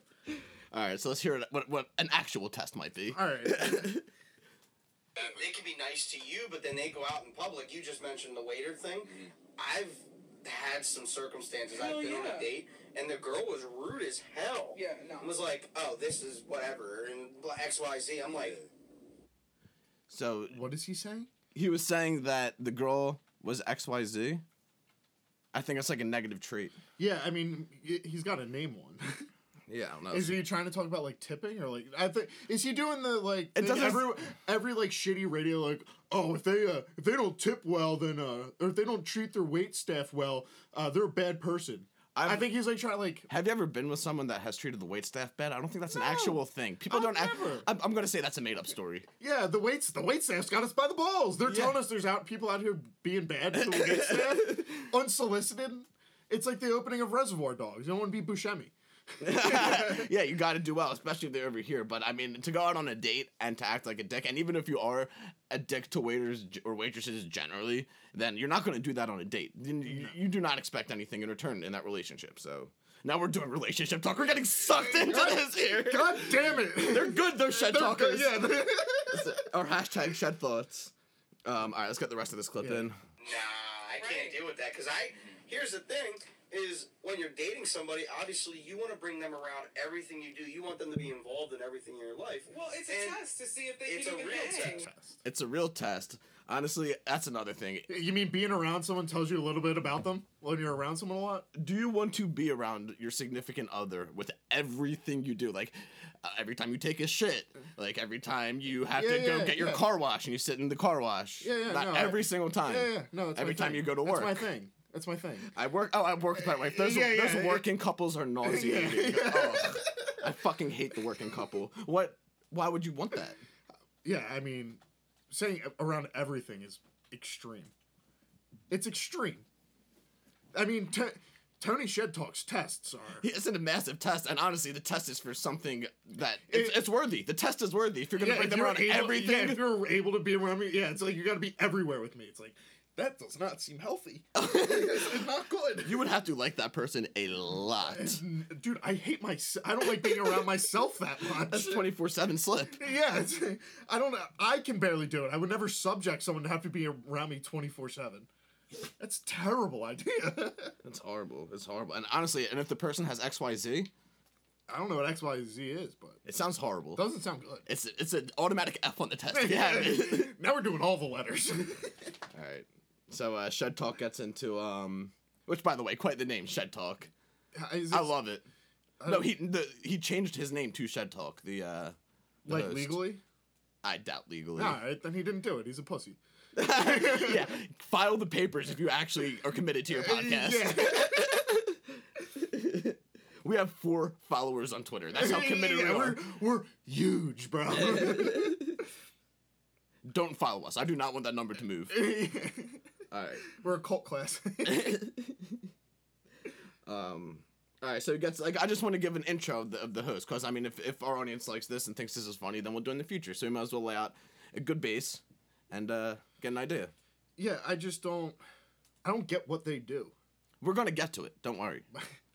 [SPEAKER 1] All right, so let's hear it- what what an actual test might be.
[SPEAKER 2] All right.
[SPEAKER 4] They can be nice to you, but then they go out in public. You just mentioned the waiter thing. I've had some circumstances.
[SPEAKER 6] Hell
[SPEAKER 4] I've been on
[SPEAKER 6] yeah.
[SPEAKER 4] a date, and the girl was rude as hell.
[SPEAKER 6] Yeah, no.
[SPEAKER 4] And was like, oh, this is whatever, and X, Y, Z. I'm like,
[SPEAKER 1] So
[SPEAKER 2] What is he saying?
[SPEAKER 1] he was saying that the girl was X Y Z. I think it's like a negative trait.
[SPEAKER 2] Yeah, I mean, y- he's got to name one.
[SPEAKER 1] Yeah, I don't know.
[SPEAKER 2] is he Oh, trying to talk about like tipping or like I think is he doing the like
[SPEAKER 1] It
[SPEAKER 2] thing
[SPEAKER 1] doesn't-
[SPEAKER 2] every every like shitty radio like oh if they uh if they don't tip well then uh or if they don't treat their wait staff well uh they're a bad person. i
[SPEAKER 1] I've-
[SPEAKER 2] think he's like trying like
[SPEAKER 1] Have you ever been with someone that has treated the waitstaff bad? I don't think that's an actual thing. People
[SPEAKER 2] I've
[SPEAKER 1] don't. act-
[SPEAKER 2] never.
[SPEAKER 1] I'm, I'm gonna say that's a made up story.
[SPEAKER 2] yeah the waits the wait staff's got us by the balls. They're
[SPEAKER 1] Yeah.
[SPEAKER 2] telling us there's out people out here being bad to the wait staff unsolicited. It's like the opening of Reservoir Dogs. You don't want to be Buscemi.
[SPEAKER 1] yeah, you got to do well, especially if they're over here. But I mean, to go out on a date and to act like a dick, and even if you are a dick to waiters g- or waitresses generally, then you're not going to do that on a date. Then you, you do not expect anything in return in that relationship. So now we're doing relationship talk. We're getting sucked into this here.
[SPEAKER 2] God damn it!
[SPEAKER 1] They're good. They're shed
[SPEAKER 2] They're
[SPEAKER 1] talkers.
[SPEAKER 2] good, yeah.
[SPEAKER 1] Our hashtag shed thoughts. Um, all right, let's get the rest of this clip
[SPEAKER 2] Yeah.
[SPEAKER 1] in.
[SPEAKER 4] Nah, I can't deal with that. Because I, here's the thing, is when you're dating somebody, obviously you want to bring them around everything you do. You want them to be involved in everything in your life.
[SPEAKER 6] Well, it's a
[SPEAKER 4] And
[SPEAKER 6] test to see if they
[SPEAKER 4] it's
[SPEAKER 6] can
[SPEAKER 4] a
[SPEAKER 6] even
[SPEAKER 4] real
[SPEAKER 6] hang.
[SPEAKER 4] test.
[SPEAKER 1] It's a real test. Honestly, that's another thing.
[SPEAKER 2] You mean being around someone tells you a little bit about them when you're around someone a lot?
[SPEAKER 1] do you want to be around your significant other with everything you do like uh, every time you take a shit like every time you have to
[SPEAKER 2] Yeah,
[SPEAKER 1] go
[SPEAKER 2] yeah,
[SPEAKER 1] get your
[SPEAKER 2] yeah.
[SPEAKER 1] car wash and you sit in the car wash
[SPEAKER 2] Yeah, yeah,
[SPEAKER 1] not
[SPEAKER 2] no, I-
[SPEAKER 1] every single time
[SPEAKER 2] Yeah, yeah, no. That's
[SPEAKER 1] every
[SPEAKER 2] my
[SPEAKER 1] time
[SPEAKER 2] thing.
[SPEAKER 1] you go to work
[SPEAKER 2] That's my thing. That's my thing.
[SPEAKER 1] i work oh i work with my wife those,
[SPEAKER 2] Yeah, yeah,
[SPEAKER 1] those
[SPEAKER 2] yeah.
[SPEAKER 1] working couples are nauseating Ugh. i fucking hate the working couple what why would you want that
[SPEAKER 2] Yeah, I mean, saying a- around everything is extreme. It's extreme. I mean, t- Tony Shed talks tests are.
[SPEAKER 1] it's in a massive test and honestly the test is for something that it's,
[SPEAKER 2] It-
[SPEAKER 1] it's worthy the test is worthy if you're gonna bring
[SPEAKER 2] if
[SPEAKER 1] them
[SPEAKER 2] you're
[SPEAKER 1] around
[SPEAKER 2] able-
[SPEAKER 1] everything
[SPEAKER 2] Yeah, if you're able to be around me, yeah, it's like you got to be everywhere with me. It's like that does not seem healthy. it's not good.
[SPEAKER 1] you would have to like that person a lot
[SPEAKER 2] Dude, I hate myself. I don't like being around myself that much.
[SPEAKER 1] That's 24 7 slip.
[SPEAKER 2] Yeah, it's, I don't know. I can barely do it. I would never subject someone to have to be around me 24 7. That's a terrible idea.
[SPEAKER 1] That's horrible. It's horrible. And honestly, and if the person has XYZ,
[SPEAKER 2] I don't know what XYZ is, but
[SPEAKER 1] it sounds horrible.
[SPEAKER 2] it doesn't sound good.
[SPEAKER 1] It's it's an automatic F on the test. if you have it.
[SPEAKER 2] now we're doing all the letters.
[SPEAKER 1] All right. So uh, Shed Talk gets into um, which by the way, quite the name Shed Talk.
[SPEAKER 2] Is
[SPEAKER 1] I
[SPEAKER 2] this,
[SPEAKER 1] love it. No, he the, he changed his name to Shed Talk. The uh, the
[SPEAKER 2] like
[SPEAKER 1] host.
[SPEAKER 2] legally?
[SPEAKER 1] I doubt legally.
[SPEAKER 2] All right, then he didn't do it. He's a pussy.
[SPEAKER 1] yeah, file the papers if you actually are committed to your
[SPEAKER 2] Uh,
[SPEAKER 1] podcast. We have four followers on Twitter. That's how committed
[SPEAKER 2] Yeah,
[SPEAKER 1] we are.
[SPEAKER 2] we're, we're huge, bro.
[SPEAKER 1] Don't follow us. I do not want that number to move. All right.
[SPEAKER 2] we're a cult class.
[SPEAKER 1] um all right so it gets like i just want to give an intro of the, of the host because i mean if, if our audience likes this and thinks this is funny then we'll do it in the future so we might as well lay out a good base and uh get an idea
[SPEAKER 2] yeah, I just don't. I don't get what they do.
[SPEAKER 1] we're gonna get to it don't worry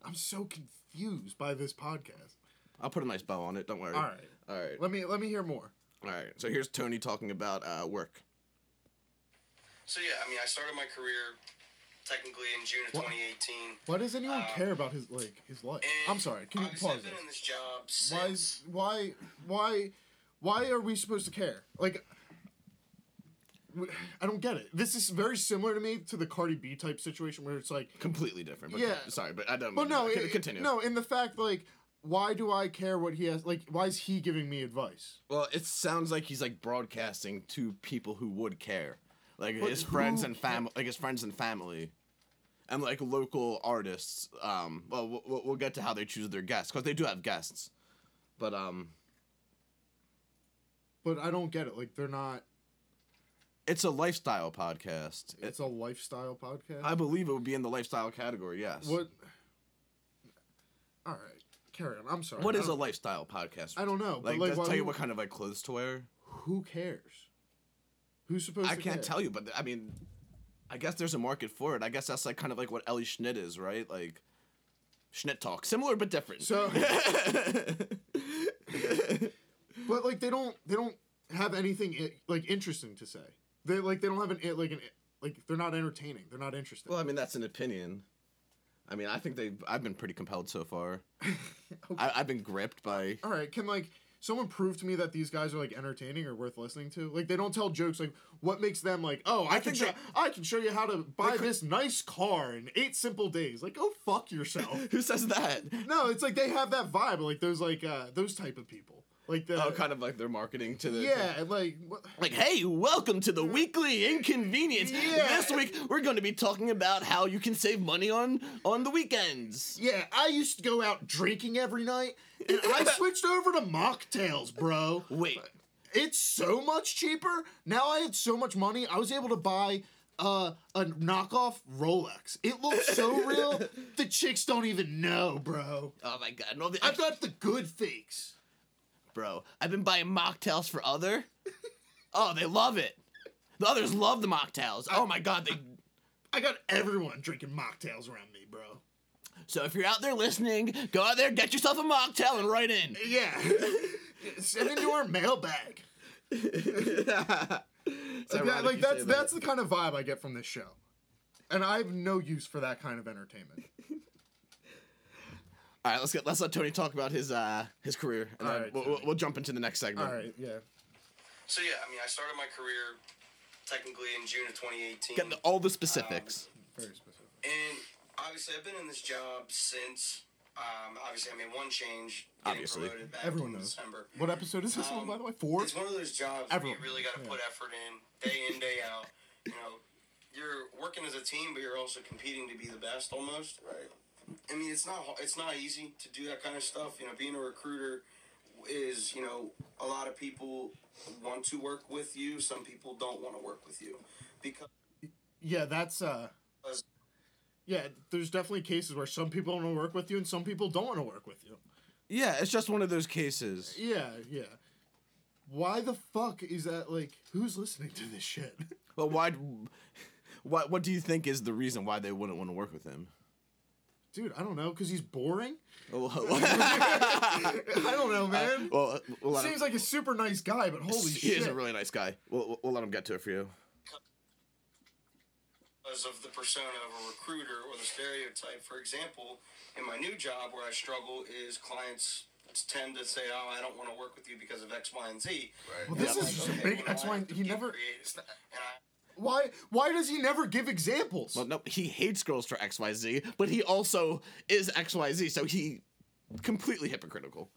[SPEAKER 2] I'm so confused. confused by this podcast.
[SPEAKER 1] I'll put a nice bow on it. Don't worry.
[SPEAKER 2] All right.
[SPEAKER 1] All right.
[SPEAKER 2] Let me let me hear more.
[SPEAKER 1] All right. So here's Tony talking about uh, work.
[SPEAKER 4] So yeah, I mean, I started my career technically in June of
[SPEAKER 2] What?
[SPEAKER 4] 2018.
[SPEAKER 2] Why does anyone
[SPEAKER 4] Uh,
[SPEAKER 2] care about his like his life?
[SPEAKER 4] And
[SPEAKER 2] I'm sorry. Can you
[SPEAKER 4] obviously,
[SPEAKER 2] pause
[SPEAKER 4] I've been in
[SPEAKER 2] this?
[SPEAKER 4] this job since.
[SPEAKER 2] Why is why why why are we supposed to care? Like w- I don't get it. This is very similar to me to the Cardi B type situation where it's like
[SPEAKER 1] Completely different. But
[SPEAKER 2] Yeah.
[SPEAKER 1] Sorry, but I don't.
[SPEAKER 2] Well, no,
[SPEAKER 1] Con-
[SPEAKER 2] it,
[SPEAKER 1] continue.
[SPEAKER 2] No, in the fact like, why do I care what he has? Like, why is he giving me advice?
[SPEAKER 1] Well, it sounds like he's like broadcasting to people who would care, like
[SPEAKER 2] But
[SPEAKER 1] his
[SPEAKER 2] who
[SPEAKER 1] friends and family, like his friends and family, and like local artists. Um, well, we'll- we'll, we'll get to how they choose their guests because they do have guests, but um,
[SPEAKER 2] But I don't get it. Like, they're not.
[SPEAKER 1] it's a lifestyle podcast. It,
[SPEAKER 2] It's a lifestyle podcast.
[SPEAKER 1] Eh. I believe it would be in the lifestyle category. Yes.
[SPEAKER 2] what? All right, carry on. I'm sorry.
[SPEAKER 1] What
[SPEAKER 2] I
[SPEAKER 1] is a
[SPEAKER 2] don't-
[SPEAKER 1] lifestyle podcast?
[SPEAKER 2] I don't know.
[SPEAKER 1] Like,
[SPEAKER 2] but like,
[SPEAKER 1] does it
[SPEAKER 2] why
[SPEAKER 1] tell you
[SPEAKER 2] would-
[SPEAKER 1] what kind of like clothes to wear.
[SPEAKER 2] Who cares? Who's supposed?
[SPEAKER 1] I
[SPEAKER 2] to
[SPEAKER 1] can't
[SPEAKER 2] care?
[SPEAKER 1] tell you, but I mean, I guess there's a market for it. I guess that's like kind of like what Ellie Schnitt is, right? Like Schnitt talk, similar but different.
[SPEAKER 2] So, but like they don't they don't have anything i- like interesting to say. They like they don't have an i- like an i- like they're not entertaining. They're not interesting.
[SPEAKER 1] well, I mean, that's an opinion. I mean, I think they. I've been pretty compelled so far. I, I've been gripped by.
[SPEAKER 2] all right, can like someone prove to me that these guys are like entertaining or worth listening to? Like they don't tell jokes. Like what makes them like, oh, I, can
[SPEAKER 1] think
[SPEAKER 2] show,
[SPEAKER 1] they-
[SPEAKER 2] I can show you how to buy this nice car in eight simple days. Like go fuck yourself.
[SPEAKER 1] Who says that?
[SPEAKER 2] no, it's like they have that vibe. Like those like uh those type of people. Like the
[SPEAKER 1] Oh, kind of like their marketing to the.
[SPEAKER 2] yeah, like what,
[SPEAKER 1] Like, hey, welcome to the weekly inconvenience.
[SPEAKER 2] Yeah.
[SPEAKER 1] This week we're going to be talking about how you can save money on on the weekends.
[SPEAKER 2] yeah. I used to go out drinking every night, and I switched over to mocktails, bro.
[SPEAKER 1] Wait,
[SPEAKER 2] it's so much cheaper. Now I had so much money, I was able to buy uh, a knockoff Rolex. It looks so real, the chicks don't even know, bro.
[SPEAKER 1] oh my god, no, the
[SPEAKER 2] I got the good fakes.
[SPEAKER 1] bro. I've been buying mocktails for other. Oh, they love it. The others love the mocktails. Oh my god, they.
[SPEAKER 2] I got everyone drinking mocktails around me, bro.
[SPEAKER 1] So if you're out there listening, go out there, get yourself a mocktail, and write in.
[SPEAKER 2] Yeah. Send into our mailbag. Like, that, like that's that's the kind of vibe I get from this show. And I have no use for that kind of entertainment.
[SPEAKER 1] All right, let's get let's let Tony talk about his uh his career, and
[SPEAKER 2] All
[SPEAKER 1] then
[SPEAKER 2] right,
[SPEAKER 1] we'll,
[SPEAKER 2] Tony.
[SPEAKER 1] we'll, we'll jump into the next segment.
[SPEAKER 2] All right, yeah.
[SPEAKER 4] So yeah, I mean, I started my career technically in June of 2018.
[SPEAKER 1] Get into all the specifics.
[SPEAKER 2] Very specific.
[SPEAKER 4] And obviously, I've been in this job since. Um, obviously, I made one change. getting
[SPEAKER 1] Obviously.
[SPEAKER 4] promoted back
[SPEAKER 2] Everyone
[SPEAKER 4] in
[SPEAKER 2] knows.
[SPEAKER 4] December.
[SPEAKER 2] What episode is this
[SPEAKER 4] Um,
[SPEAKER 2] one, by the way? Four?
[SPEAKER 4] It's one of those jobs
[SPEAKER 2] Everyone.
[SPEAKER 4] where you really got to put effort in, day in, day out. You know, you're working as a team, but you're also competing to be the best, almost. Right. I mean, it's not it's not easy to do that kind of stuff. You know, being a recruiter is you know a lot of people want to work with you. Some people don't want to work with you because.
[SPEAKER 2] Yeah, that's uh Yeah, there's definitely cases where some people want to work with you and some people don't want to work with you.
[SPEAKER 1] Yeah, it's just one of those cases.
[SPEAKER 2] Yeah, yeah. Why the fuck is that like who's listening to this shit?
[SPEAKER 1] But why? What what do you think is the reason why they wouldn't want to work with him?
[SPEAKER 2] Dude, I don't know cuz he's boring.
[SPEAKER 1] well,
[SPEAKER 2] I don't know, man.
[SPEAKER 1] well, we'll let him-
[SPEAKER 2] Seems like a super nice guy, but holy
[SPEAKER 1] he
[SPEAKER 2] shit.
[SPEAKER 1] is a really nice guy. We'll, we'll- we'll let him get to it for you.
[SPEAKER 4] because of the persona of a recruiter or the stereotype. For example, in my new job where I struggle is clients tend to say, "Oh, I don't want to work with you because of X, Y, and Z."
[SPEAKER 2] Well, this
[SPEAKER 4] I'm
[SPEAKER 2] is just
[SPEAKER 4] like,
[SPEAKER 2] a
[SPEAKER 4] "Okay,
[SPEAKER 2] big
[SPEAKER 4] well,
[SPEAKER 2] X,
[SPEAKER 4] I
[SPEAKER 2] Y,
[SPEAKER 4] have
[SPEAKER 2] and
[SPEAKER 4] to
[SPEAKER 2] he
[SPEAKER 4] get
[SPEAKER 2] never-
[SPEAKER 4] creative." And I-
[SPEAKER 2] Why why does he never give examples?
[SPEAKER 1] Well, no, he hates girls for X Y Z, but he also is X Y Z, so he completely hypocritical.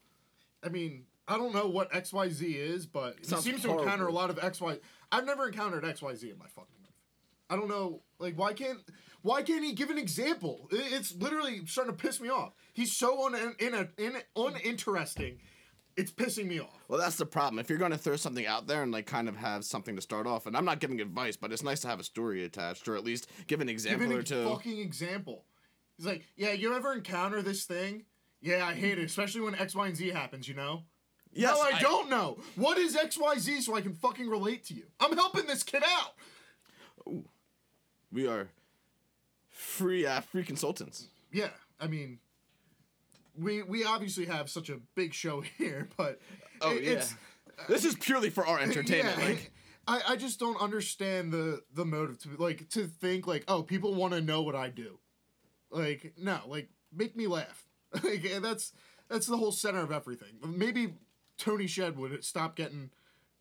[SPEAKER 2] I mean, I don't know what XYZ is, but he
[SPEAKER 1] Sounds
[SPEAKER 2] seems
[SPEAKER 1] horrible.
[SPEAKER 2] to encounter a lot of XY. I've never encountered XYZ in my fucking life. I don't know, like, why can't why can't he give an example? I- It's literally starting to piss me off. He's so un, in a, in uninteresting. It's pissing me off.
[SPEAKER 1] Well, that's the problem. If you're going to throw something out there and like kind of have something to start off, and I'm not giving advice, but it's nice to have a story attached or at least give an
[SPEAKER 2] Give
[SPEAKER 1] example
[SPEAKER 2] an
[SPEAKER 1] or
[SPEAKER 2] ex-
[SPEAKER 1] two.
[SPEAKER 2] fucking example. He's like, yeah, you ever encounter this thing? Yeah, I hate it, especially when X, Y, and Z happens. You know.
[SPEAKER 1] Yes,
[SPEAKER 2] no, I, don't know. What is XYZ so I can fucking relate to you? I'm helping this kid out.
[SPEAKER 1] We are free uh, free consultants.
[SPEAKER 2] Yeah, I mean, we we obviously have such a big show here, but
[SPEAKER 1] Oh
[SPEAKER 2] it-
[SPEAKER 1] yeah. this is purely for our entertainment.
[SPEAKER 2] yeah,
[SPEAKER 1] Like,
[SPEAKER 2] I, I just don't understand the the motive to like to think like oh people want to know what I do, like no like make me laugh like and that's that's the whole center of everything. Maybe Tony Shed would stop getting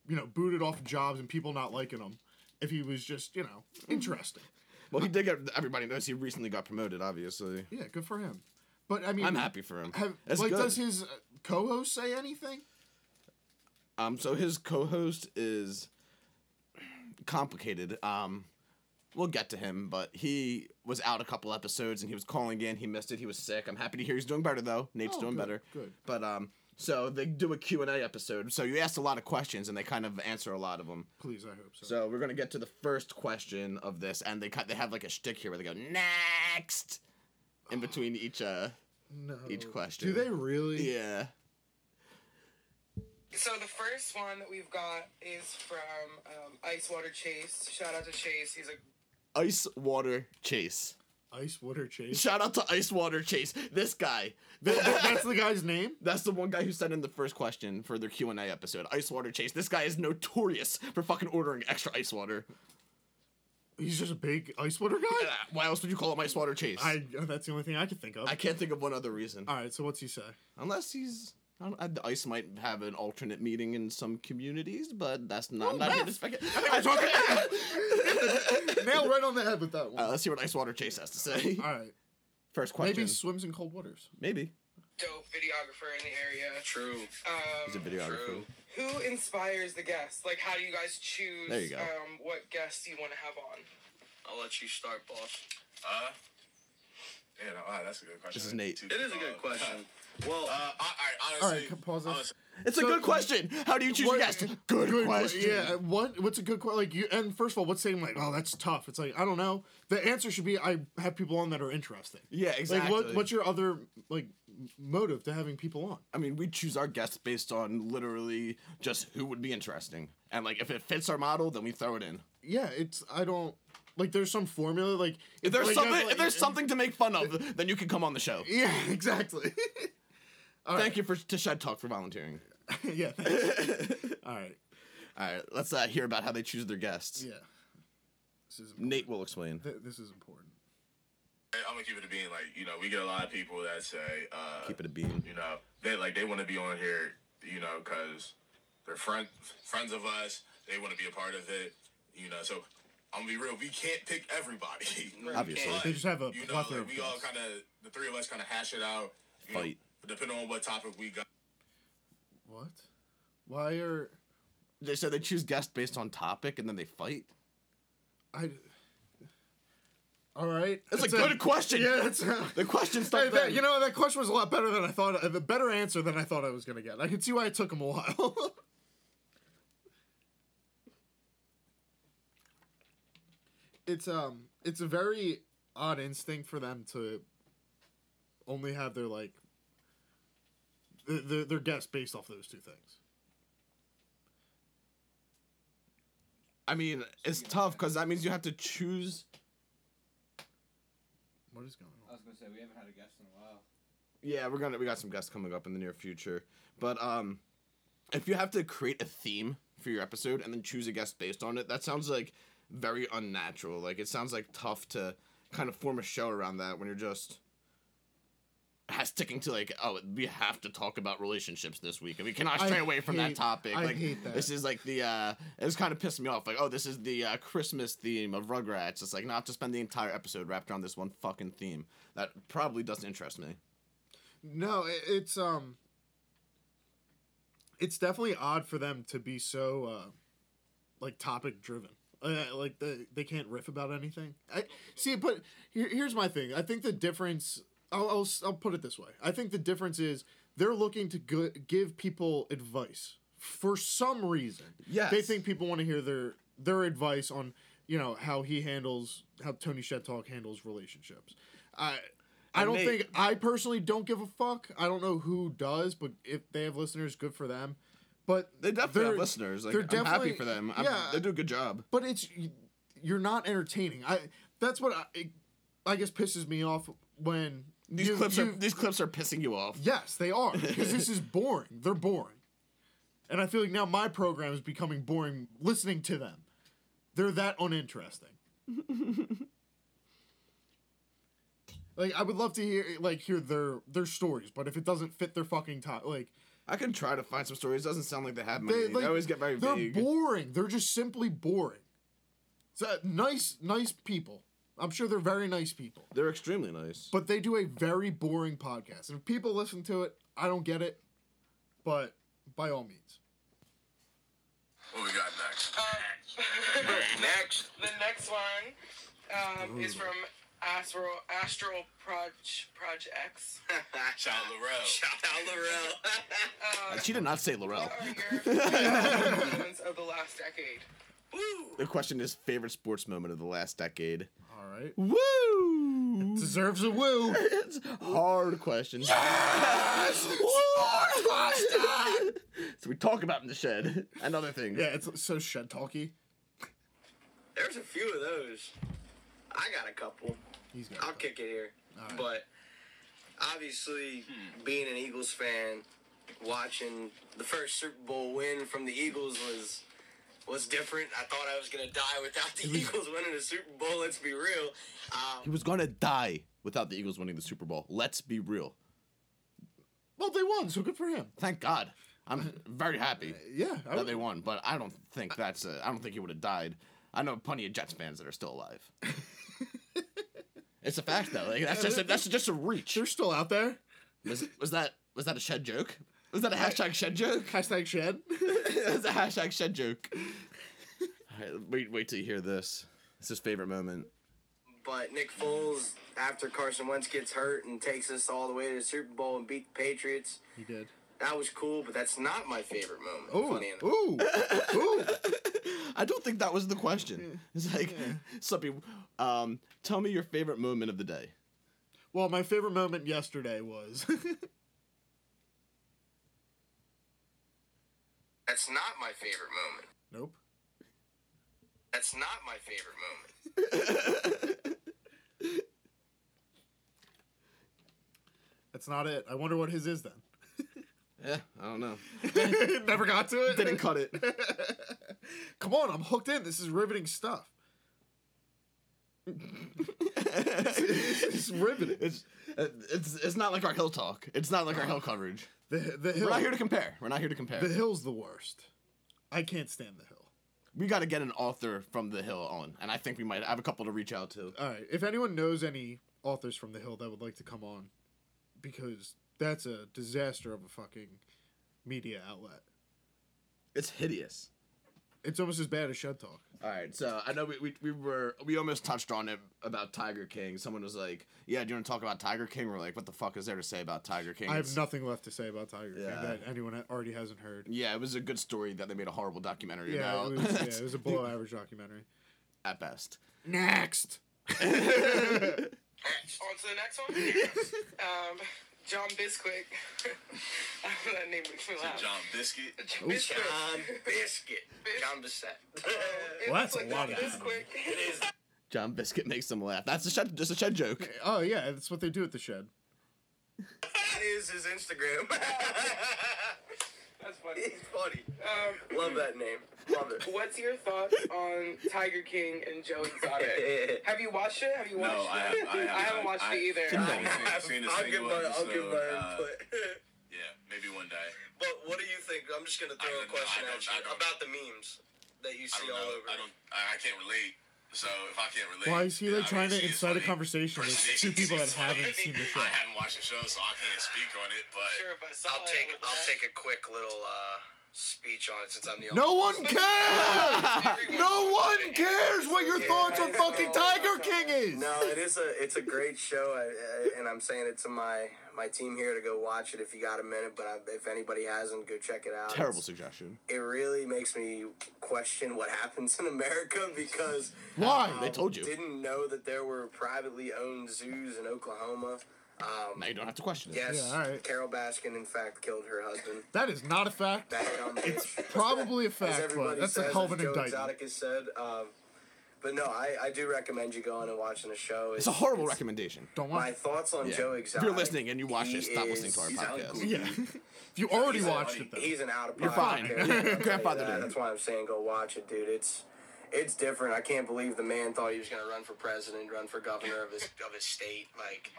[SPEAKER 2] you know booted off jobs and people not liking him if he was just you know
[SPEAKER 1] Mm-hmm.
[SPEAKER 2] interesting.
[SPEAKER 1] well, he did get. Everybody knows he recently got promoted. Obviously,
[SPEAKER 2] Yeah, good for him. But I mean,
[SPEAKER 1] I'm happy for him.
[SPEAKER 2] Have,
[SPEAKER 1] That's
[SPEAKER 2] like,
[SPEAKER 1] good.
[SPEAKER 2] does his uh, co-host say anything?
[SPEAKER 1] Um, so his co-host is complicated. Um, we'll get to him, but he was out a couple episodes and he was calling in. He missed it. He was sick. I'm happy to hear he's doing better though. Nate's
[SPEAKER 2] Oh,
[SPEAKER 1] doing
[SPEAKER 2] good,
[SPEAKER 1] better.
[SPEAKER 2] good.
[SPEAKER 1] But um, so they do a Q and A episode. So you asked a lot of questions and they kind of answer a lot of them.
[SPEAKER 2] Please, I hope so.
[SPEAKER 1] So we're gonna get to the first question of this, and they cut. They have like a shtick here where they go next in between each uh
[SPEAKER 2] no.
[SPEAKER 1] each question.
[SPEAKER 2] Do they really?
[SPEAKER 1] Yeah.
[SPEAKER 6] So the first one that we've got is from um, Ice Water Chase. Shout out to Chase. He's a
[SPEAKER 1] Ice water chase.
[SPEAKER 2] Ice water chase.
[SPEAKER 1] Shout out to Ice Water Chase. This guy.
[SPEAKER 2] Th- th- That's the guy's name.
[SPEAKER 1] That's the one guy who sent in the first question for their Q and A episode. Ice water chase. This guy is notorious for fucking ordering extra ice water.
[SPEAKER 2] He's just a big ice water
[SPEAKER 1] Uh,
[SPEAKER 2] guy.
[SPEAKER 1] Why else would you call him ice water chase?
[SPEAKER 2] I. uh, That's the only thing I could think of.
[SPEAKER 1] I can't think of one other reason.
[SPEAKER 2] All right. So what's he say?
[SPEAKER 1] Unless he's, I don't, I, the ice might have an alternate meeting in some communities, but that's not. I'm not here to speculate.
[SPEAKER 2] Nail right on the head with that one.
[SPEAKER 1] Uh, let's hear what ice water chase has to say.
[SPEAKER 2] All right.
[SPEAKER 1] First question.
[SPEAKER 2] Maybe he swims in cold waters.
[SPEAKER 1] Maybe.
[SPEAKER 6] dope videographer in the area.
[SPEAKER 4] True.
[SPEAKER 1] He's a
[SPEAKER 6] Um,
[SPEAKER 1] videographer.
[SPEAKER 4] True.
[SPEAKER 6] who inspires the guests? Like, how do you guys choose
[SPEAKER 1] There you go.
[SPEAKER 6] Um, what guests you want to have on?
[SPEAKER 4] I'll let you start, boss.
[SPEAKER 7] Uh, yeah, no, uh, that's a good question.
[SPEAKER 1] This is Nate.
[SPEAKER 4] It is a good question.
[SPEAKER 7] Well, uh, I, I
[SPEAKER 2] All
[SPEAKER 7] honestly,
[SPEAKER 2] right. c- Pause this.
[SPEAKER 7] honestly,
[SPEAKER 1] It's a
[SPEAKER 2] So-
[SPEAKER 1] good question. How do you choose
[SPEAKER 2] What-
[SPEAKER 1] your guest? Good,
[SPEAKER 2] Good que-
[SPEAKER 1] question.
[SPEAKER 2] Yeah. uh, What? What's a good question? Like you. And first of all, what's saying like, oh, that's tough. It's like I don't know. The answer should be I have people on that are interesting.
[SPEAKER 1] Yeah, exactly.
[SPEAKER 2] Like what? What's your other like m- motive to having people on?
[SPEAKER 1] I mean, we choose our guests based on literally just who would be interesting. And like if it fits our model, then we throw it in.
[SPEAKER 2] Yeah, it's I don't like. There's some formula like
[SPEAKER 1] If there's
[SPEAKER 2] like, you have,
[SPEAKER 1] something
[SPEAKER 2] like-
[SPEAKER 1] if there's something to make fun of, then you can come on the show.
[SPEAKER 2] Yeah, exactly. All
[SPEAKER 1] Thank you for to Shed Talk for volunteering.
[SPEAKER 2] you. yeah. thanks. All right.
[SPEAKER 1] All right, let's uh, hear about how they choose their guests.
[SPEAKER 2] Yeah. This is important.
[SPEAKER 1] Nate will explain.
[SPEAKER 2] Th- this is important.
[SPEAKER 7] I'm gonna keep it to being like you know we get a lot of people that say uh,
[SPEAKER 1] Keep it a beam.
[SPEAKER 7] you know they like they want to be on here you know because they're friend friends of us they want to be a part of it you know so I'm gonna be real we can't pick everybody
[SPEAKER 1] Obviously.
[SPEAKER 7] But,
[SPEAKER 2] They just have a
[SPEAKER 7] you know
[SPEAKER 2] plethora
[SPEAKER 7] like,
[SPEAKER 2] of
[SPEAKER 7] we all
[SPEAKER 2] guests.
[SPEAKER 7] kind of the three of us kind of hash it out you know,
[SPEAKER 1] Fight.
[SPEAKER 7] depending on what topic we got
[SPEAKER 2] What? Why are
[SPEAKER 1] They said they choose guests based on topic and then they fight.
[SPEAKER 2] I? All right.
[SPEAKER 1] That's, a good question.
[SPEAKER 2] Yeah, that's
[SPEAKER 1] The question
[SPEAKER 2] Hey,
[SPEAKER 1] stuck.
[SPEAKER 2] that, you know that question was a lot better than I thought. A better answer than I thought I was gonna get. I could see why it took him a while. it's um, it's a very odd instinct for them to only have their like th- their their guess based off those two things.
[SPEAKER 1] I mean, it's tough because that means you have to choose.
[SPEAKER 2] What is going
[SPEAKER 3] I
[SPEAKER 2] on?
[SPEAKER 3] was gonna say we haven't had a guest in a while.
[SPEAKER 1] Yeah, we're gonna we got some guests coming up in the near future, but um, if you have to create a theme for your episode and then choose a guest based on it, that sounds like very unnatural. Like it sounds like tough to kind of form a show around that when you're just has sticking to like oh we have to talk about relationships this week and we cannot
[SPEAKER 2] I
[SPEAKER 1] stray away from that
[SPEAKER 2] hate-
[SPEAKER 1] topic
[SPEAKER 2] I
[SPEAKER 1] like
[SPEAKER 2] hate that.
[SPEAKER 1] this is like the uh it was kind of pissed me off like oh this is the uh, christmas theme of rugrats it's like now i have to spend the entire episode wrapped around this one fucking theme that probably doesn't interest me
[SPEAKER 2] No, it, it's um, it's definitely odd for them to be so uh, like topic driven. Uh, like they they can't riff about anything. I see, but here, here's my thing. I think the difference. I'll, I'll s- I'll put it this way. I think the difference is they're looking to go, give people advice for some reason.
[SPEAKER 1] Yes.
[SPEAKER 2] they think people want to hear their their advice on you know how he handles how Tony Shettalk handles relationships. I I
[SPEAKER 1] And
[SPEAKER 2] don't
[SPEAKER 1] they-
[SPEAKER 2] think I personally don't give a fuck. I don't know who does, but if they have listeners, good for them. But
[SPEAKER 1] They definitely
[SPEAKER 2] they're-
[SPEAKER 1] have listeners. Like,
[SPEAKER 2] they're
[SPEAKER 1] I'm happy
[SPEAKER 2] definitely-
[SPEAKER 1] for them. I'm,
[SPEAKER 2] yeah.
[SPEAKER 1] They do a good job.
[SPEAKER 2] But it's you're not entertaining. I that's what I, it, I guess pisses me off when
[SPEAKER 1] These
[SPEAKER 2] You-
[SPEAKER 1] clips are
[SPEAKER 2] you-
[SPEAKER 1] these clips are pissing you off.
[SPEAKER 2] Yes, they are. Because this is boring. They're boring. And I feel like now my program is becoming boring listening to them. They're that uninteresting. like I would love to hear like hear their their stories, but if it doesn't fit their fucking time like
[SPEAKER 1] I can try to find some stories. doesn't sound like they have many.
[SPEAKER 2] they,
[SPEAKER 1] They,
[SPEAKER 2] like
[SPEAKER 1] always get very
[SPEAKER 2] they're
[SPEAKER 1] vague.
[SPEAKER 2] boring. They're just simply boring. So nice nice people. I'm sure they're very nice people.
[SPEAKER 1] they're extremely nice.
[SPEAKER 2] But they do a very boring podcast. And if people listen to it, I don't get it. But by all means.
[SPEAKER 7] What we got next?
[SPEAKER 6] Next. The next one um, is from Astral Astral Proj Projects.
[SPEAKER 7] Shout out Lorel.
[SPEAKER 4] Shout out Laurel.
[SPEAKER 1] she did not say Laurel.
[SPEAKER 6] What are your favorite moments of the last decade?
[SPEAKER 1] The question is favorite sports moment of the last decade.
[SPEAKER 2] All right.
[SPEAKER 1] Woo!
[SPEAKER 2] Deserves a woo.
[SPEAKER 1] It's hard question. so we talk about in the shed and other things.
[SPEAKER 2] yeah, it's so shed talky.
[SPEAKER 4] There's a few of those. I got a couple.
[SPEAKER 2] He's got.
[SPEAKER 4] I'll kick it here.
[SPEAKER 2] Alright.
[SPEAKER 4] But obviously,
[SPEAKER 7] Hmm.
[SPEAKER 4] being an Eagles fan, watching the first Super Bowl win from the Eagles was was different. I thought I was gonna die without the Eagles winning the Super Bowl. Let's be real.
[SPEAKER 1] He was gonna die without the Eagles winning the Super Bowl. Let's be real.
[SPEAKER 2] Well, they won, so good for him.
[SPEAKER 1] Thank God. I'm very happy
[SPEAKER 2] Yeah. I
[SPEAKER 1] that they
[SPEAKER 2] would,
[SPEAKER 1] won, but I don't think that's. I I don't think he would have died. I know plenty of Jets fans that are still alive. it's a fact though. Like, that's just a, that's just a reach.
[SPEAKER 2] they're still out there.
[SPEAKER 1] Was, was that was that a shed joke? Was that a hashtag shed joke?
[SPEAKER 2] Hashtag shed.
[SPEAKER 1] That's a hashtag shed joke. Alright, wait, wait till you hear this. It's his favorite moment.
[SPEAKER 4] But Nick Foles, after Carson Wentz gets hurt and takes us all the way to the Super Bowl and beat the Patriots,
[SPEAKER 2] he did.
[SPEAKER 4] that was cool. But that's not my favorite moment.
[SPEAKER 2] Ooh.
[SPEAKER 4] funny enough.
[SPEAKER 2] Ooh. Ooh.
[SPEAKER 1] I don't think that was the question. It's like, Suppy, um, tell me your favorite moment of the day.
[SPEAKER 2] Well, my favorite moment yesterday was
[SPEAKER 4] That's not my favorite moment.
[SPEAKER 2] Nope.
[SPEAKER 4] That's not my favorite moment.
[SPEAKER 2] That's not it. I wonder what his is then.
[SPEAKER 1] Yeah, I don't know.
[SPEAKER 2] Never got to it.
[SPEAKER 1] Didn't cut it.
[SPEAKER 2] Come on, I'm hooked in. This is riveting stuff. It's riveting.
[SPEAKER 1] It's it's it's not like our hill talk. It's not like our hill coverage.
[SPEAKER 2] The the hill.
[SPEAKER 1] We're not here to compare. We're not here to compare.
[SPEAKER 2] the hill's the worst. I can't stand the hill.
[SPEAKER 1] We got to get an author from the hill on, and I think we might have a couple to reach out to.
[SPEAKER 2] All right. If anyone knows any authors from the hill that would like to come on, because that's a disaster of a fucking media outlet.
[SPEAKER 1] It's hideous.
[SPEAKER 2] It's almost as bad as Shed Talk.
[SPEAKER 1] All right, so I know we, we, we were we almost touched on it about Tiger King. Someone was like, "Yeah, do you want to talk about Tiger King?" We're like, "What the fuck is there to say about Tiger King?"
[SPEAKER 2] I have
[SPEAKER 1] It's-
[SPEAKER 2] nothing left to say about Tiger King
[SPEAKER 1] Yeah.
[SPEAKER 2] that anyone ha- already hasn't heard.
[SPEAKER 1] Yeah, it was a good story that they made a horrible documentary
[SPEAKER 2] Yeah,
[SPEAKER 1] about.
[SPEAKER 2] it was, yeah, it was a below average documentary.
[SPEAKER 1] At best,
[SPEAKER 2] Next.
[SPEAKER 6] On to the next one. um, John Bisquick. that name makes me laugh.
[SPEAKER 7] John Biscuit.
[SPEAKER 6] Bisquick.
[SPEAKER 4] John Biscuit. John Bissett.
[SPEAKER 6] It's
[SPEAKER 2] that's a
[SPEAKER 6] like
[SPEAKER 2] lot of
[SPEAKER 6] Bisquick.
[SPEAKER 1] John Biscuit makes them laugh. That's a shed, just a shed joke.
[SPEAKER 2] Oh yeah, that's what they do at the shed.
[SPEAKER 4] That is his Instagram.
[SPEAKER 6] That's funny.
[SPEAKER 4] He's funny.
[SPEAKER 6] Um,
[SPEAKER 4] Love that name. Love it.
[SPEAKER 6] what's your thoughts on Tiger King and Joe Exotic? Have you watched it? Have you
[SPEAKER 7] No,
[SPEAKER 6] watched
[SPEAKER 7] I,
[SPEAKER 6] it?
[SPEAKER 7] haven't- I, haven't-
[SPEAKER 6] haven't watched
[SPEAKER 7] I-
[SPEAKER 6] it either.
[SPEAKER 7] I
[SPEAKER 1] No.
[SPEAKER 7] haven't seen, seen a
[SPEAKER 4] I'll
[SPEAKER 7] single
[SPEAKER 4] give my I'll
[SPEAKER 7] episode.
[SPEAKER 4] give my
[SPEAKER 7] uh,
[SPEAKER 4] input.
[SPEAKER 7] yeah, maybe one day.
[SPEAKER 4] but what do you think? I'm just gonna
[SPEAKER 7] I
[SPEAKER 4] throw a
[SPEAKER 7] don't know,
[SPEAKER 4] question
[SPEAKER 7] I don't-
[SPEAKER 4] at you
[SPEAKER 7] I don't-
[SPEAKER 4] about the memes that you
[SPEAKER 7] I
[SPEAKER 4] see
[SPEAKER 7] don't
[SPEAKER 4] all
[SPEAKER 7] know.
[SPEAKER 4] over.
[SPEAKER 7] I don't. I, I can't relate. So if I can't relate,
[SPEAKER 2] Why is he
[SPEAKER 7] then
[SPEAKER 2] like
[SPEAKER 7] I
[SPEAKER 2] trying to
[SPEAKER 7] obviously it's
[SPEAKER 2] incite a
[SPEAKER 7] funny.
[SPEAKER 2] conversation with two
[SPEAKER 7] Personations
[SPEAKER 2] people that
[SPEAKER 7] is funny.
[SPEAKER 2] haven't seen the show?
[SPEAKER 7] I haven't watched the show, so I can't speak on it. But
[SPEAKER 6] Sure, but
[SPEAKER 4] I'll
[SPEAKER 6] solid
[SPEAKER 4] take
[SPEAKER 6] with
[SPEAKER 4] I'll
[SPEAKER 6] that.
[SPEAKER 4] take a quick little uh, speech on it since I'm the only.
[SPEAKER 2] No one cares. no one cares what your thoughts on fucking Tiger King is.
[SPEAKER 4] No, it is a it's a great show, I, I, and I'm saying it to my my team here to go watch it if you got a minute. But I, if anybody hasn't, go check it out.
[SPEAKER 1] Terrible
[SPEAKER 4] It's-
[SPEAKER 1] suggestion.
[SPEAKER 4] it really makes me question what happens in America because
[SPEAKER 2] Why?
[SPEAKER 1] They told you.
[SPEAKER 4] didn't know that there were privately owned zoos in Oklahoma. Um,
[SPEAKER 1] Now you don't have to question it.
[SPEAKER 4] yes,
[SPEAKER 2] Yeah, all right.
[SPEAKER 4] Carol Baskin in fact killed her husband.
[SPEAKER 2] That is not a fact.
[SPEAKER 4] Back on
[SPEAKER 2] Probably a
[SPEAKER 4] As
[SPEAKER 2] fact,
[SPEAKER 4] everybody
[SPEAKER 2] but that's
[SPEAKER 4] says,
[SPEAKER 2] a hell of
[SPEAKER 4] as
[SPEAKER 2] an
[SPEAKER 4] Joe
[SPEAKER 2] indictment.
[SPEAKER 4] Exotic has said, um,
[SPEAKER 8] But no, I, I do recommend you going and watching the show.
[SPEAKER 1] It's a horrible recommendation.
[SPEAKER 2] Don't watch.
[SPEAKER 8] My thoughts on
[SPEAKER 1] Yeah.
[SPEAKER 8] Joe
[SPEAKER 1] If
[SPEAKER 8] Exotic.
[SPEAKER 1] you're listening and you watch
[SPEAKER 8] he
[SPEAKER 1] it, stop listening
[SPEAKER 8] is-
[SPEAKER 1] to our
[SPEAKER 7] he's
[SPEAKER 1] podcast.
[SPEAKER 7] ugly.
[SPEAKER 2] Yeah. if you already
[SPEAKER 7] He's a-
[SPEAKER 2] watched it though.
[SPEAKER 8] He's an out of
[SPEAKER 1] You're fine.
[SPEAKER 8] pocket. character, I'll tell you
[SPEAKER 1] Grandfather
[SPEAKER 8] that.
[SPEAKER 1] did.
[SPEAKER 8] That's why I'm saying go watch it, dude. It's it's different. I can't believe the man thought he was gonna run for president, run for governor of his of his state. Like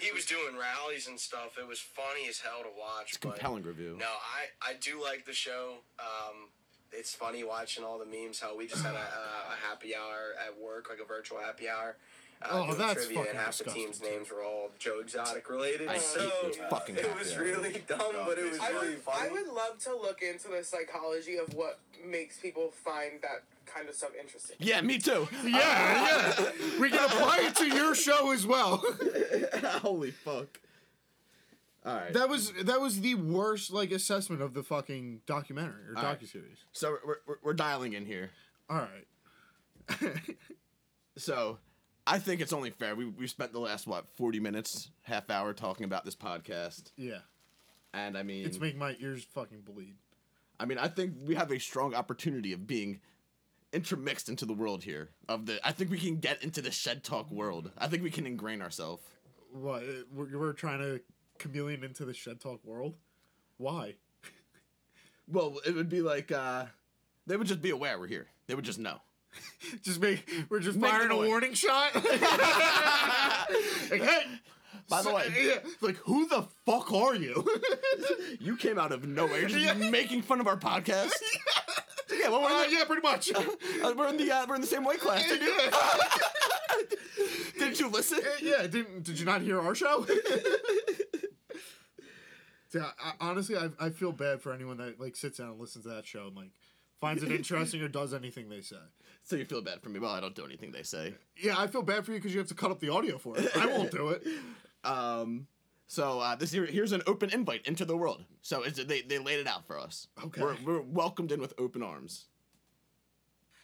[SPEAKER 8] he was doing rallies and stuff. It was funny as hell to watch.
[SPEAKER 1] It's a
[SPEAKER 8] but
[SPEAKER 1] compelling review.
[SPEAKER 8] No, I I do like the show. Um, it's funny watching all the memes. How we just had a, a, a happy hour at work, like a virtual happy hour. Uh,
[SPEAKER 2] Oh,
[SPEAKER 8] doing
[SPEAKER 2] that's
[SPEAKER 8] trivia, and
[SPEAKER 2] fucking
[SPEAKER 8] half the
[SPEAKER 2] disgusting,
[SPEAKER 8] team's
[SPEAKER 2] too.
[SPEAKER 8] names were all Joe Exotic related.
[SPEAKER 1] I
[SPEAKER 8] so
[SPEAKER 1] hate those fucking
[SPEAKER 8] it
[SPEAKER 1] happy
[SPEAKER 8] was
[SPEAKER 1] hours.
[SPEAKER 8] really dumb, but it was
[SPEAKER 6] I
[SPEAKER 8] really
[SPEAKER 6] would,
[SPEAKER 8] funny.
[SPEAKER 6] I would love to look into the psychology of what makes people find that kind of stuff interesting.
[SPEAKER 1] Yeah, me too.
[SPEAKER 2] yeah, yeah. We can apply it to your show as well.
[SPEAKER 1] Holy fuck. All right.
[SPEAKER 2] that was that was the worst like assessment of the fucking documentary or
[SPEAKER 1] right.
[SPEAKER 2] docu series.
[SPEAKER 1] So we're- we're, we're, we're dialing in here.
[SPEAKER 2] All right.
[SPEAKER 1] So I think it's only fair. We, we've spent the last, what, 40 minutes, half hour talking about this podcast.
[SPEAKER 2] Yeah.
[SPEAKER 1] And I mean,
[SPEAKER 2] It's making my ears fucking bleed.
[SPEAKER 1] I mean, I think we have a strong opportunity of being intermixed into the world here. Of the, I think we can get into the shed talk world. I think we can ingrain ourselves.
[SPEAKER 2] What? uh, We're, we're trying to chameleon into the shed talk world? Why?
[SPEAKER 1] Well, it would be like uh, they would just be aware we're here. They would just know.
[SPEAKER 2] Just make we're just
[SPEAKER 1] Make
[SPEAKER 2] firing
[SPEAKER 1] the
[SPEAKER 2] a
[SPEAKER 1] noise.
[SPEAKER 2] warning shot. Like, hey,
[SPEAKER 1] By the
[SPEAKER 2] so- uh,
[SPEAKER 1] way,
[SPEAKER 2] yeah, like who the fuck are you?
[SPEAKER 1] you came out of nowhere, You're just
[SPEAKER 2] Yeah.
[SPEAKER 1] making fun of our podcast. yeah, well, we're,
[SPEAKER 2] Uh,
[SPEAKER 1] in
[SPEAKER 2] yeah, pretty much.
[SPEAKER 1] the, uh, we're in the uh, we're in the same weight class. Did you,
[SPEAKER 2] yeah,
[SPEAKER 1] did you listen?
[SPEAKER 2] yeah. Didn't did you not hear our show? yeah, I, honestly, I, I feel bad for anyone that like sits down and listens to that show and like finds it interesting or does anything they say.
[SPEAKER 1] So you feel bad for me? Well, I don't do anything they say.
[SPEAKER 2] Yeah, I feel bad for you because you have to cut up the audio for it. I won't do it.
[SPEAKER 1] Um, so uh, this here, here's an open invite into the world. So it's, they they laid it out for us.
[SPEAKER 2] Okay.
[SPEAKER 1] we're, we're welcomed in with open arms.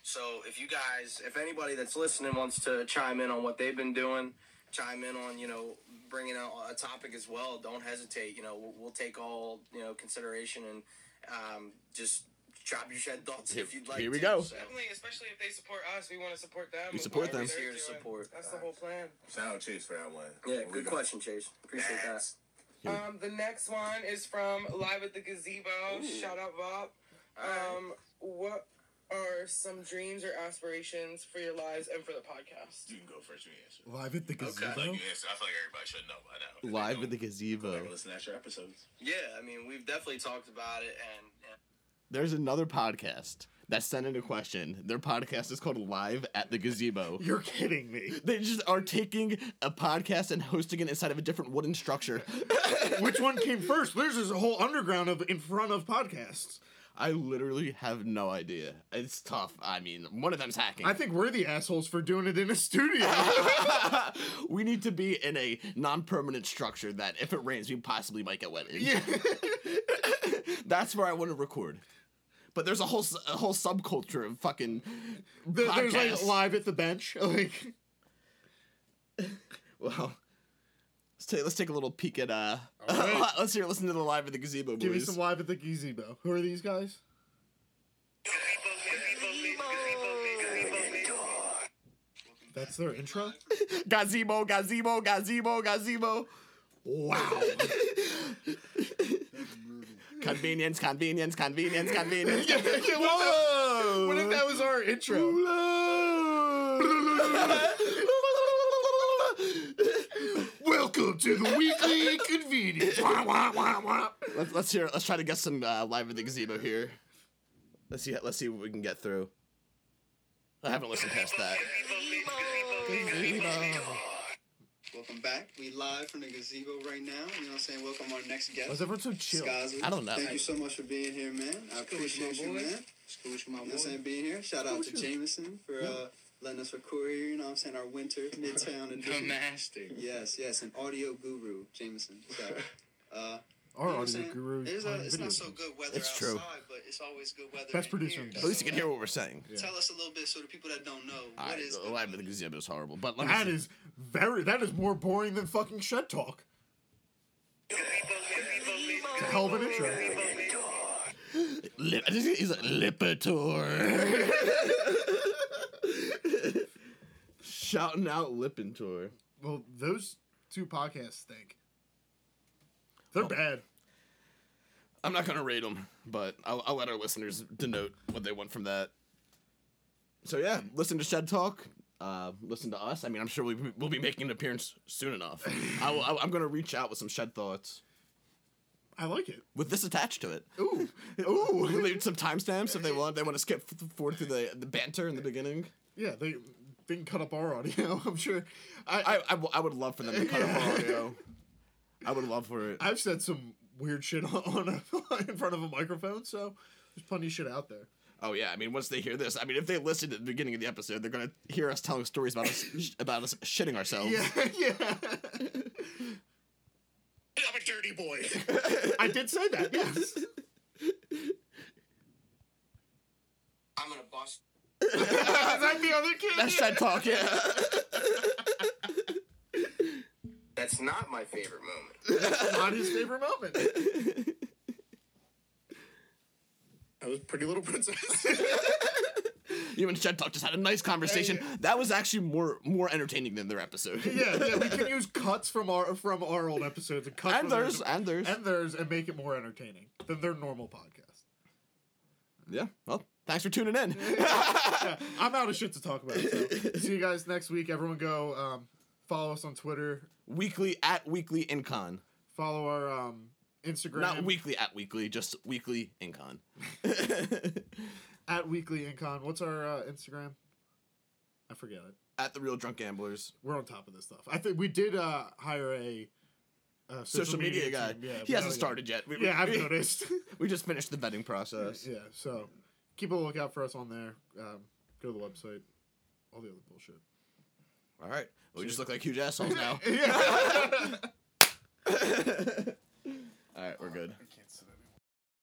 [SPEAKER 8] So if you guys, if anybody that's listening wants to chime in on what they've been doing, chime in on you know bringing out a topic as well. Don't hesitate. You know we'll, we'll take all you know consideration and um, just drop your shed thoughts if you'd like.
[SPEAKER 1] Here we
[SPEAKER 8] to.
[SPEAKER 1] go.
[SPEAKER 8] So,
[SPEAKER 6] Definitely, especially if they support us, we want to support them.
[SPEAKER 1] We support
[SPEAKER 6] Whatever
[SPEAKER 1] them.
[SPEAKER 6] they're
[SPEAKER 8] Here to
[SPEAKER 6] doing.
[SPEAKER 8] support.
[SPEAKER 6] That's the whole plan.
[SPEAKER 7] Sound chase for that one.
[SPEAKER 8] yeah,
[SPEAKER 7] What we
[SPEAKER 8] good
[SPEAKER 7] got?
[SPEAKER 8] question, Chase. Appreciate that.
[SPEAKER 7] Next.
[SPEAKER 6] Um, the next one is from Live at the Gazebo. Shout out, Bob. Um, what are some dreams or aspirations for your lives and for the podcast?
[SPEAKER 7] You can go first. You answer.
[SPEAKER 2] Live at the
[SPEAKER 7] Okay. I
[SPEAKER 2] gazebo.
[SPEAKER 7] feel like you answer. I feel like everybody should know by now. If they
[SPEAKER 1] Live at the
[SPEAKER 7] don't, go back
[SPEAKER 1] gazebo.
[SPEAKER 7] and Listen to extra episodes.
[SPEAKER 8] Yeah, I mean we've definitely talked about it, and, and
[SPEAKER 1] There's another podcast that sent in a question. Their podcast is called Live at the Gazebo.
[SPEAKER 2] You're kidding me.
[SPEAKER 1] They just are taking a podcast and hosting it inside of a different wooden structure.
[SPEAKER 2] Which one came first? There's this whole underground of in front of podcasts.
[SPEAKER 1] I literally have no idea. It's tough. I mean, one of them's hacking.
[SPEAKER 2] I think we're the assholes for doing it in a studio.
[SPEAKER 1] we need to be in a non-permanent structure that if it rains, we possibly might get wet in.
[SPEAKER 2] yeah.
[SPEAKER 1] That's where I want to record. But there's a whole s- a whole subculture of fucking
[SPEAKER 2] There- There's like
[SPEAKER 1] Podcasts.
[SPEAKER 2] live at the bench. Like
[SPEAKER 1] well. Let's take let's take a little peek at uh.
[SPEAKER 2] right.
[SPEAKER 1] let's hear listen to the live at the gazebo
[SPEAKER 2] give me
[SPEAKER 1] boys.
[SPEAKER 2] some live at the gazebo. Who are these guys? That's their intro?
[SPEAKER 1] gazebo, gazebo, gazebo, gazebo. Wow.
[SPEAKER 5] That's brutal.
[SPEAKER 1] convenience, convenience, convenience, convenience.
[SPEAKER 2] Whoa! What if that was our intro? Welcome to the weekly inconvenience. Wah, wah, wah, wah.
[SPEAKER 1] let's, let's hear. Let's try to get some uh, live at the gazebo here. Let's see. Let's see what we can get through. I haven't listened past that.
[SPEAKER 9] Welcome back. We live from the gazebo right now. You know what I'm saying? Welcome our next
[SPEAKER 2] Why is
[SPEAKER 9] guest.
[SPEAKER 2] everyone so chill?
[SPEAKER 9] Skaza.
[SPEAKER 1] I don't know.
[SPEAKER 9] Thank you so much for being here, man. I appreciate you, man. You know what I'm saying? Being here. Shout out to Jameson for uh, letting us record here. You know what I'm saying? Our winter midtown edition.
[SPEAKER 8] master.
[SPEAKER 9] Yes, yes. An audio guru, Jameson. So, uh, you
[SPEAKER 2] Our
[SPEAKER 9] know what I'm
[SPEAKER 2] audio
[SPEAKER 9] saying?
[SPEAKER 2] guru.
[SPEAKER 9] It is
[SPEAKER 2] on
[SPEAKER 9] a- It's
[SPEAKER 2] video.
[SPEAKER 9] not so good weather
[SPEAKER 1] It's true.
[SPEAKER 9] outside, but it's always good weather.
[SPEAKER 2] Best
[SPEAKER 9] in
[SPEAKER 2] producer
[SPEAKER 9] here.
[SPEAKER 2] in the
[SPEAKER 1] At least you can
[SPEAKER 9] So,
[SPEAKER 1] hear what we're saying.
[SPEAKER 2] Yeah.
[SPEAKER 9] Tell us a little bit so the people that don't know
[SPEAKER 1] All
[SPEAKER 9] what
[SPEAKER 1] right,
[SPEAKER 9] is
[SPEAKER 1] the
[SPEAKER 9] good
[SPEAKER 1] live at the gazebo is horrible, but let me
[SPEAKER 2] That
[SPEAKER 1] see.
[SPEAKER 2] is very. That is more boring than fucking shed talk. It's a hell of an intro.
[SPEAKER 1] Lip, he's like, Lipitor. shouting out Lippin tour.
[SPEAKER 2] Well, those two podcasts stink. They're bad.
[SPEAKER 1] I'm not gonna rate them, but I'll, I'll let our listeners denote what they want from that. So yeah, listen to Shed Talk. Uh, listen to us. I mean, I'm sure we, we'll be making an appearance soon enough. I will, I, am gonna reach out with some Shed thoughts
[SPEAKER 2] I like it.
[SPEAKER 1] with this attached to it.
[SPEAKER 2] Ooh,
[SPEAKER 1] Ooh, leave some timestamps if they want. They want to skip f- forward through the the banter in the beginning.
[SPEAKER 2] yeah. They they can cut up our audio. I'm sure.
[SPEAKER 1] I I, I, w- I would love for them to cut up our audio. I would love for it.
[SPEAKER 2] I've said some weird shit on, on a, in front of a microphone, so there's plenty of shit out there.
[SPEAKER 1] Oh yeah, I mean once they hear this, I mean if they listen to the beginning of the episode, they're gonna hear us telling stories about us about us shitting ourselves.
[SPEAKER 2] Yeah, yeah.
[SPEAKER 7] I'm a dirty boy.
[SPEAKER 2] I did say that. Yes.
[SPEAKER 4] I'm gonna bust.
[SPEAKER 2] Is that the other kid?
[SPEAKER 1] That's shed talk. Yeah.
[SPEAKER 4] That's not my favorite moment.
[SPEAKER 2] not his favorite moment.
[SPEAKER 7] I was Pretty Little Princess.
[SPEAKER 1] you and shed talk just had a nice conversation. That was actually more more entertaining than their episode.
[SPEAKER 2] Yeah, yeah. We can use cuts from our from our old episodes and cuts
[SPEAKER 1] And
[SPEAKER 2] from
[SPEAKER 1] theirs,
[SPEAKER 2] theirs.
[SPEAKER 1] and theirs.
[SPEAKER 2] and theirs and make it more entertaining than their normal podcast.
[SPEAKER 1] yeah. Well, thanks for tuning in.
[SPEAKER 2] I'm out of shit to talk about. So. See you guys next week. Everyone go um, follow us on Twitter.
[SPEAKER 1] weekly at weekly incon.
[SPEAKER 2] Follow our um, Instagram
[SPEAKER 1] Not weekly at weekly, just weekly incon.
[SPEAKER 2] at Weekly Incon. What's our uh, Instagram? I forget it.
[SPEAKER 1] at the real drunk gamblers.
[SPEAKER 2] We're on top of this stuff. I think we did uh, hire a uh,
[SPEAKER 1] Social, media, guy.
[SPEAKER 2] team. Yeah,
[SPEAKER 1] he hasn't
[SPEAKER 2] yeah.
[SPEAKER 1] started yet. We,
[SPEAKER 2] Yeah, I've
[SPEAKER 1] we-
[SPEAKER 2] noticed.
[SPEAKER 1] We just finished the vetting process.
[SPEAKER 2] yeah, so keep a lookout for us on there. Um, go to the website. All the other bullshit.
[SPEAKER 1] All right. Well, we just look like huge assholes now.
[SPEAKER 2] Yeah.
[SPEAKER 1] All right, we're good.
[SPEAKER 5] I can't sit